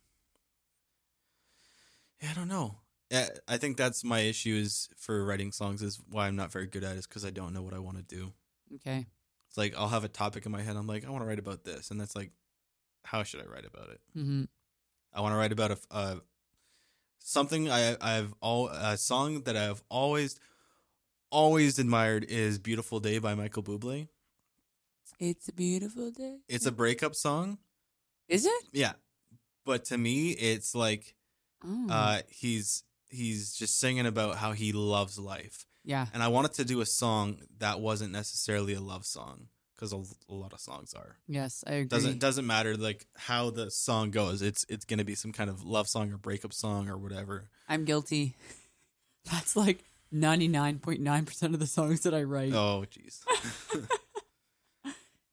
S1: yeah, I don't know. Eh, I think that's my issue is for writing songs is why I'm not very good at it is because I don't know what I want to do.
S2: Okay.
S1: It's like I'll have a topic in my head. I'm like, I want to write about this, and that's like, how should I write about it?
S2: Mm-hmm.
S1: I want to write about a, a something I I've all a song that I've always always admired is "Beautiful Day" by Michael Bublé.
S2: It's a beautiful day.
S1: It's a breakup song,
S2: Is it?
S1: yeah, but to me, it's like
S2: Oh.
S1: uh, he's he's just singing about how he loves life,
S2: yeah.
S1: and I wanted to do a song that wasn't necessarily a love song because a, l- a lot of songs are.
S2: Yes, I agree.
S1: Doesn't doesn't matter like how the song goes. It's it's gonna be some kind of love song or breakup song or whatever.
S2: I'm guilty. That's like 99.9% of the songs that I write.
S1: Oh jeez.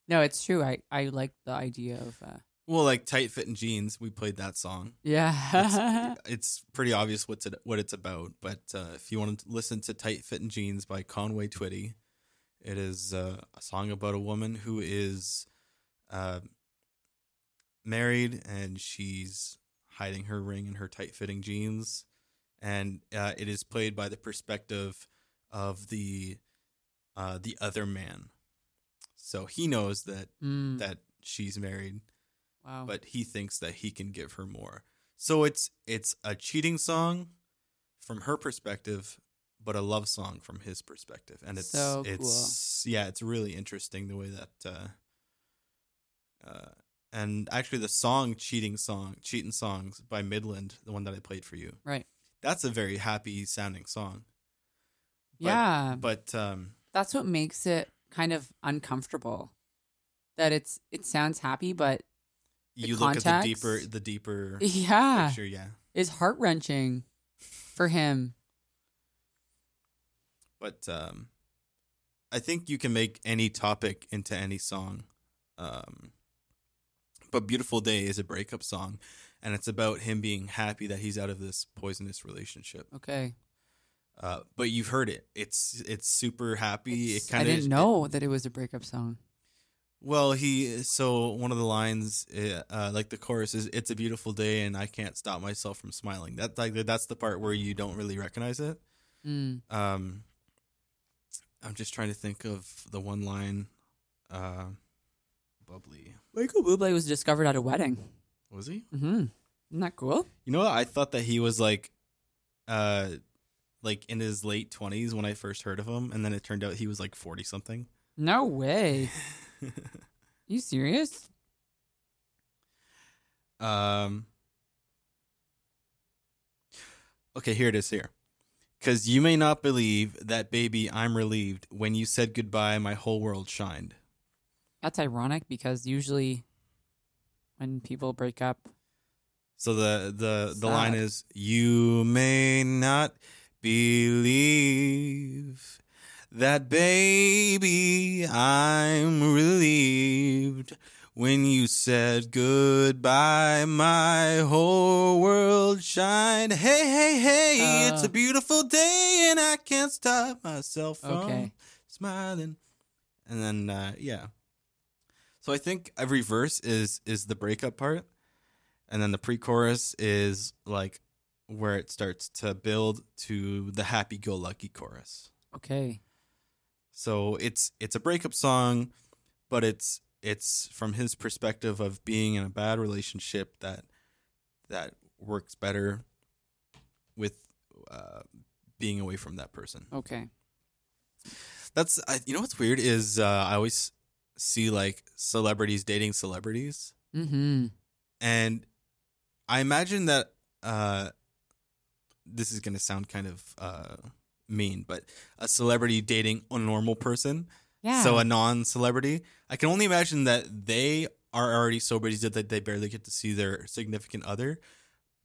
S2: No, it's true. I, I like the idea of, uh,
S1: Well, like tight fitting jeans, we played that song.
S2: yeah.
S1: It's pretty obvious what's it, what it's about, but uh, if you want to listen to "Tight Fitting Jeans" by Conway Twitty, it is uh, a song about a woman who is uh, married and she's hiding her ring in her tight fitting jeans, and uh, it is played by the perspective of the uh, the other man. So he knows that
S2: Mm,
S1: that she's married
S2: wow.
S1: but he thinks that he can give her more. So it's it's a cheating song from her perspective, but a love song from his perspective, and it's
S2: So
S1: it's yeah, it's really interesting the way that. Uh, uh, and actually, the song "Cheating Song," "Cheating Songs" by Midland, the one that I played for you,
S2: Right.
S1: That's a very happy sounding song. But-
S2: yeah.
S1: but um,
S2: that's what makes it kind of uncomfortable. That it's it sounds happy, but The
S1: you look at the deeper,
S2: context?
S1: the deeper
S2: yeah,
S1: picture, yeah.
S2: is heart wrenching for him.
S1: but um, I think you can make any topic into any song. Um, but "Beautiful Day" is a breakup song, and it's about him being happy that he's out of this poisonous relationship.
S2: Okay,
S1: Uh, but you've heard it; it's it's super happy.
S2: It's-
S1: it kind
S2: I
S1: of
S2: didn't know that it was a breakup song.
S1: well, he so one of the lines, uh, uh, like the chorus is, "It's a beautiful day, and I can't stop myself from smiling." That like that's the part where you don't really recognize it.
S2: Mm.
S1: Um, I'm just trying to think of the one line. Uh, bubbly
S2: Michael Bublé was discovered at a wedding.
S1: was he?
S2: Mm-hmm. Isn't that cool?
S1: You know, what? I thought that he was like, uh, like in his late twenties when I first heard of him, and then it turned out he was like forty something.
S2: No way. you serious?
S1: um. Okay, here it is. Here, because you may not believe that, baby. I'm relieved when you said goodbye. My whole world shined.
S2: That's ironic because usually when people break up,
S1: So the the the
S2: Sad.
S1: line is you may not believe that baby I'm relieved when you said goodbye my whole world shined hey hey hey it's
S2: Uh.
S1: a beautiful day and I can't stop myself from
S2: Okay.
S1: smiling and then uh, yeah so I think every verse is is the breakup part and then the pre-chorus is like where it starts to build to the happy-go-lucky chorus.
S2: okay,
S1: So it's it's a breakup song, but it's it's from his perspective of being in a bad relationship that that works better with uh, being away from that person.
S2: Okay.
S1: That's I, you know what's weird is uh, I always see like celebrities dating celebrities,
S2: Mm-hmm.
S1: and I imagine that uh, this is gonna sound kind of uh, mean, but a celebrity dating a normal person,
S2: Yeah.
S1: so uh, a non-celebrity, I can only imagine that they are already so busy that they barely get to see their significant other,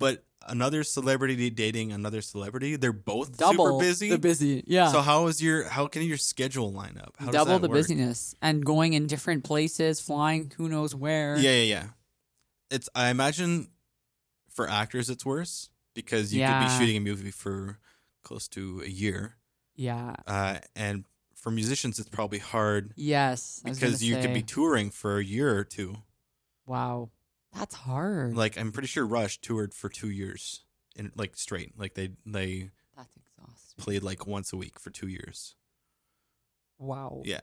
S1: but another celebrity dating another celebrity, they're both
S2: double
S1: super busy.
S2: the busy. Yeah.
S1: So how is your how can your schedule line up? How does
S2: double
S1: that
S2: the
S1: work?
S2: busyness and going in different places, flying who knows where.
S1: Yeah, yeah, yeah. It's I imagine for actors it's worse because you could
S2: Yeah.
S1: be shooting a movie for close to a year,
S2: Yeah.
S1: uh, and for musicians it's probably hard
S2: Yes. I was gonna
S1: because you could be
S2: say,
S1: touring for a year or two.
S2: wow. That's hard.
S1: Like I'm pretty sure Rush toured for two years in like straight. Like they they
S2: That's exhausting.
S1: played like once a week for two years.
S2: Wow.
S1: Yeah.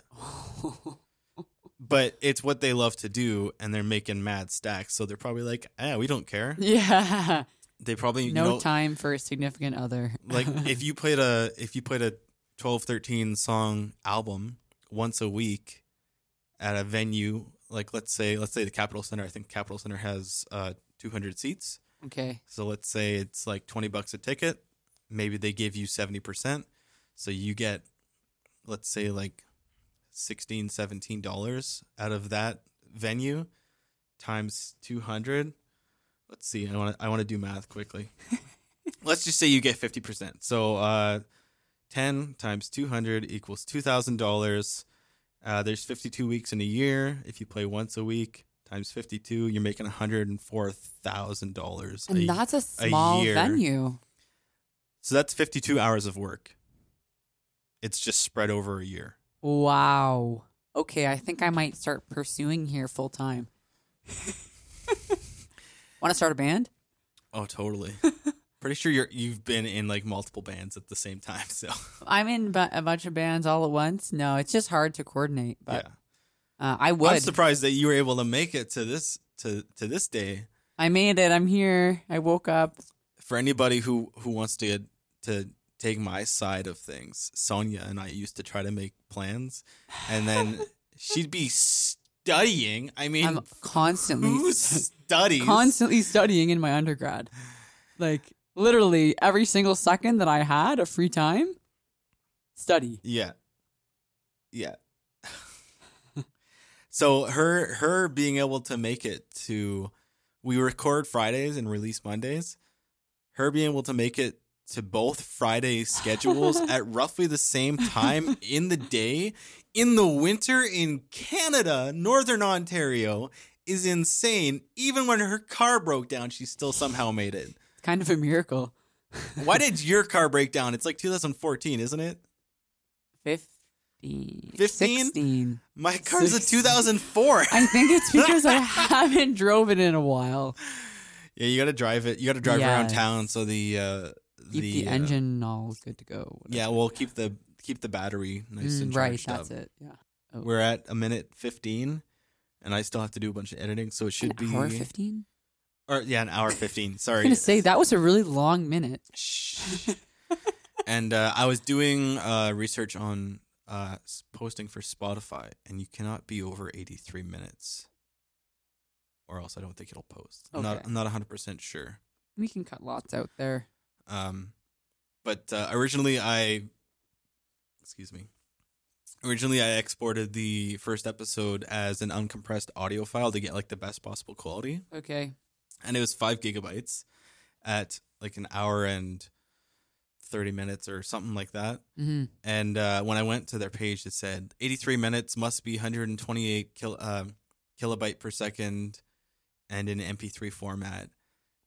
S1: But it's what they love to do, and they're making mad stacks. So they're probably like, "Ah, we don't care."
S2: yeah.
S1: They probably you
S2: no
S1: know,
S2: time for a significant other.
S1: like if you played a if you played a 12 13 song album once a week at a venue like let's say let's say the capitol center i think capitol center has uh 200 seats
S2: okay.
S1: so let's say it's like 20 bucks a ticket maybe they give you 70% so you get let's say like 16 17 dollars out of that venue times 200 let's see i want to i want to do math quickly let's just say you get 50% so uh 10 times 200 equals $2000 uh, there's 52 weeks in a year if you play once a week times 52 you're making $104000
S2: And
S1: a-
S2: that's a small
S1: year.
S2: venue.
S1: so that's 52 hours of work it's just spread over a year
S2: Wow. Okay, I think I might start pursuing here full time. Want to start a band?
S1: oh totally pretty sure you're you've been in like multiple bands at the same time so
S2: I'm in bu- a bunch of bands all at once. No, it's just hard to coordinate, but
S1: yeah
S2: uh, I would.
S1: i'm surprised that you were able to make it to this to to this day
S2: I made it. I'm here. I woke up.
S1: for anybody who who wants to to take my side of things, Sonia and I used to try to make plans, and then she'd be studying. I mean,
S2: I'm constantly
S1: who studies?
S2: constantly studying in my undergrad. Like literally every single second that I had of free time, study.
S1: yeah, yeah. so her her being able to make it to, we record Fridays and release Mondays. Her being able to make it to both Friday schedules at roughly the same time in the day in the winter in Canada, Northern Ontario, is insane. Even when her car broke down, she still somehow made it.
S2: It's kind of a miracle.
S1: Why did your car break down? It's like 2014, isn't it?
S2: 15.
S1: 15?
S2: 16.
S1: My car's a
S2: Sixteen.
S1: 2004.
S2: I think it's because I haven't drove it in a while.
S1: yeah, you got to drive it. You got to drive around
S2: Yeah.
S1: town so the uh
S2: Keep the,
S1: uh,
S2: engine all good to go. whatever.
S1: yeah, well, keep the keep the battery nice and
S2: Mm, right,
S1: charged up.
S2: that's it. Yeah.
S1: We're at a minute 15 and I still have to do a bunch of editing, so it should
S2: An
S1: be
S2: hour 15?
S1: or yeah, an hour 15.
S2: I was
S1: Sorry.
S2: going to say, that was a really long minute.
S1: Shh. and uh, I was doing uh, research on uh, s- posting for Spotify, and you cannot be over 83 minutes, or else I don't think it'll post. I'm not
S2: Okay.
S1: I'm not 100 percent sure.
S2: We can cut lots out there.
S1: Um, but uh, originally I, excuse me, originally I exported the first episode as an uncompressed audio file to get like the best possible quality
S2: Okay.
S1: and it was five gigabytes at like an hour and 30 minutes or something like that
S2: hmm
S1: and uh, when i went to their page it said 83 minutes must be 128 kil- uh, kilobyte per second and in mp3 format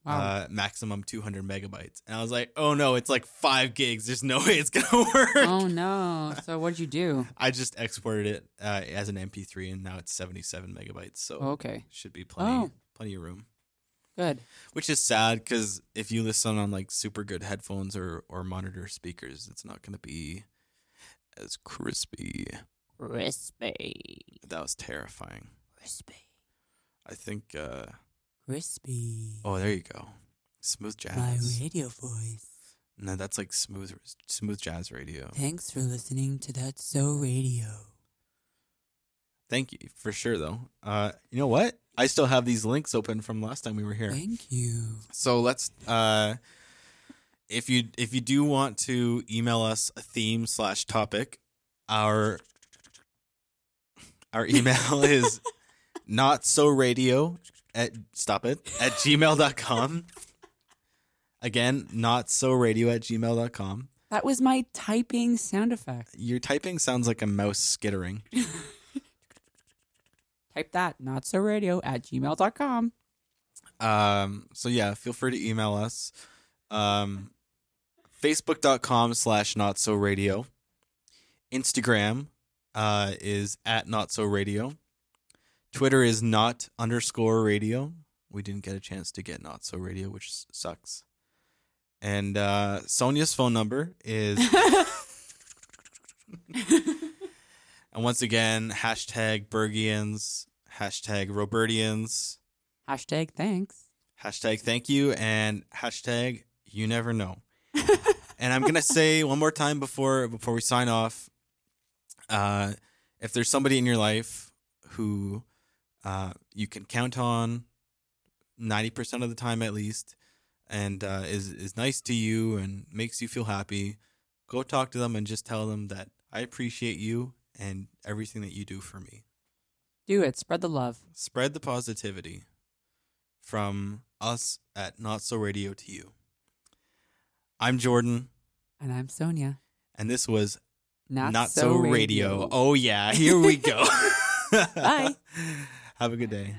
S2: Wow.
S1: uh, maximum 200 megabytes and i was like oh no it's like five gigs there's no way it's gonna work
S2: oh, no. So what'd you do?
S1: i just exported it uh, as an mp3 and now it's 77 megabytes so
S2: Okay.
S1: should be plenty
S2: Oh.
S1: plenty of room
S2: Good.
S1: which is sad because if you listen on like super good headphones or or monitor speakers, it's not going to be as crispy.
S2: Crispy.
S1: That was terrifying.
S2: Crispy.
S1: I think. uh
S2: Crispy.
S1: Oh, there you go. Smooth jazz.
S2: radio voice.
S1: No, that's like smooth, smooth jazz radio.
S2: Thanks for listening to That's So Radio.
S1: Thank you for sure, though. Uh, you know what? I still have these links open from last time we were here.
S2: Thank you.
S1: So let's. Uh, if you if you do want to email us a theme slash topic, our our email is not so radio at stop it at gmail.com. Again, not so radio at gmail.com.
S2: That was my typing sound effect.
S1: Your typing sounds like a mouse skittering.
S2: Type that, not so radio at gmail.com.
S1: Um, so yeah, feel free to email us. Um, Facebook.com slash not so radio. Instagram uh, is at not so radio. Twitter is not underscore radio. We didn't get a chance to get not so radio, which s- sucks. And uh, Sonia's phone number is, and once again, hashtag Bergians, hashtag Robertians.
S2: Hashtag thanks.
S1: hashtag thank you and hashtag you never know and i'm gonna say one more time before before we sign off uh if there's somebody in your life who uh you can count on 90% of the time at least and uh is is nice to you and makes you feel happy go talk to them and just tell them that i appreciate you and everything that you do for me
S2: Do it. Spread the love.
S1: spread the positivity from us at Not So Radio to you. I'm Jordan,
S2: And I'm Sonia.
S1: and this was
S2: Not,
S1: So, Oh, Radio. Oh, yeah, here we go.
S2: Bye.
S1: Have a good day.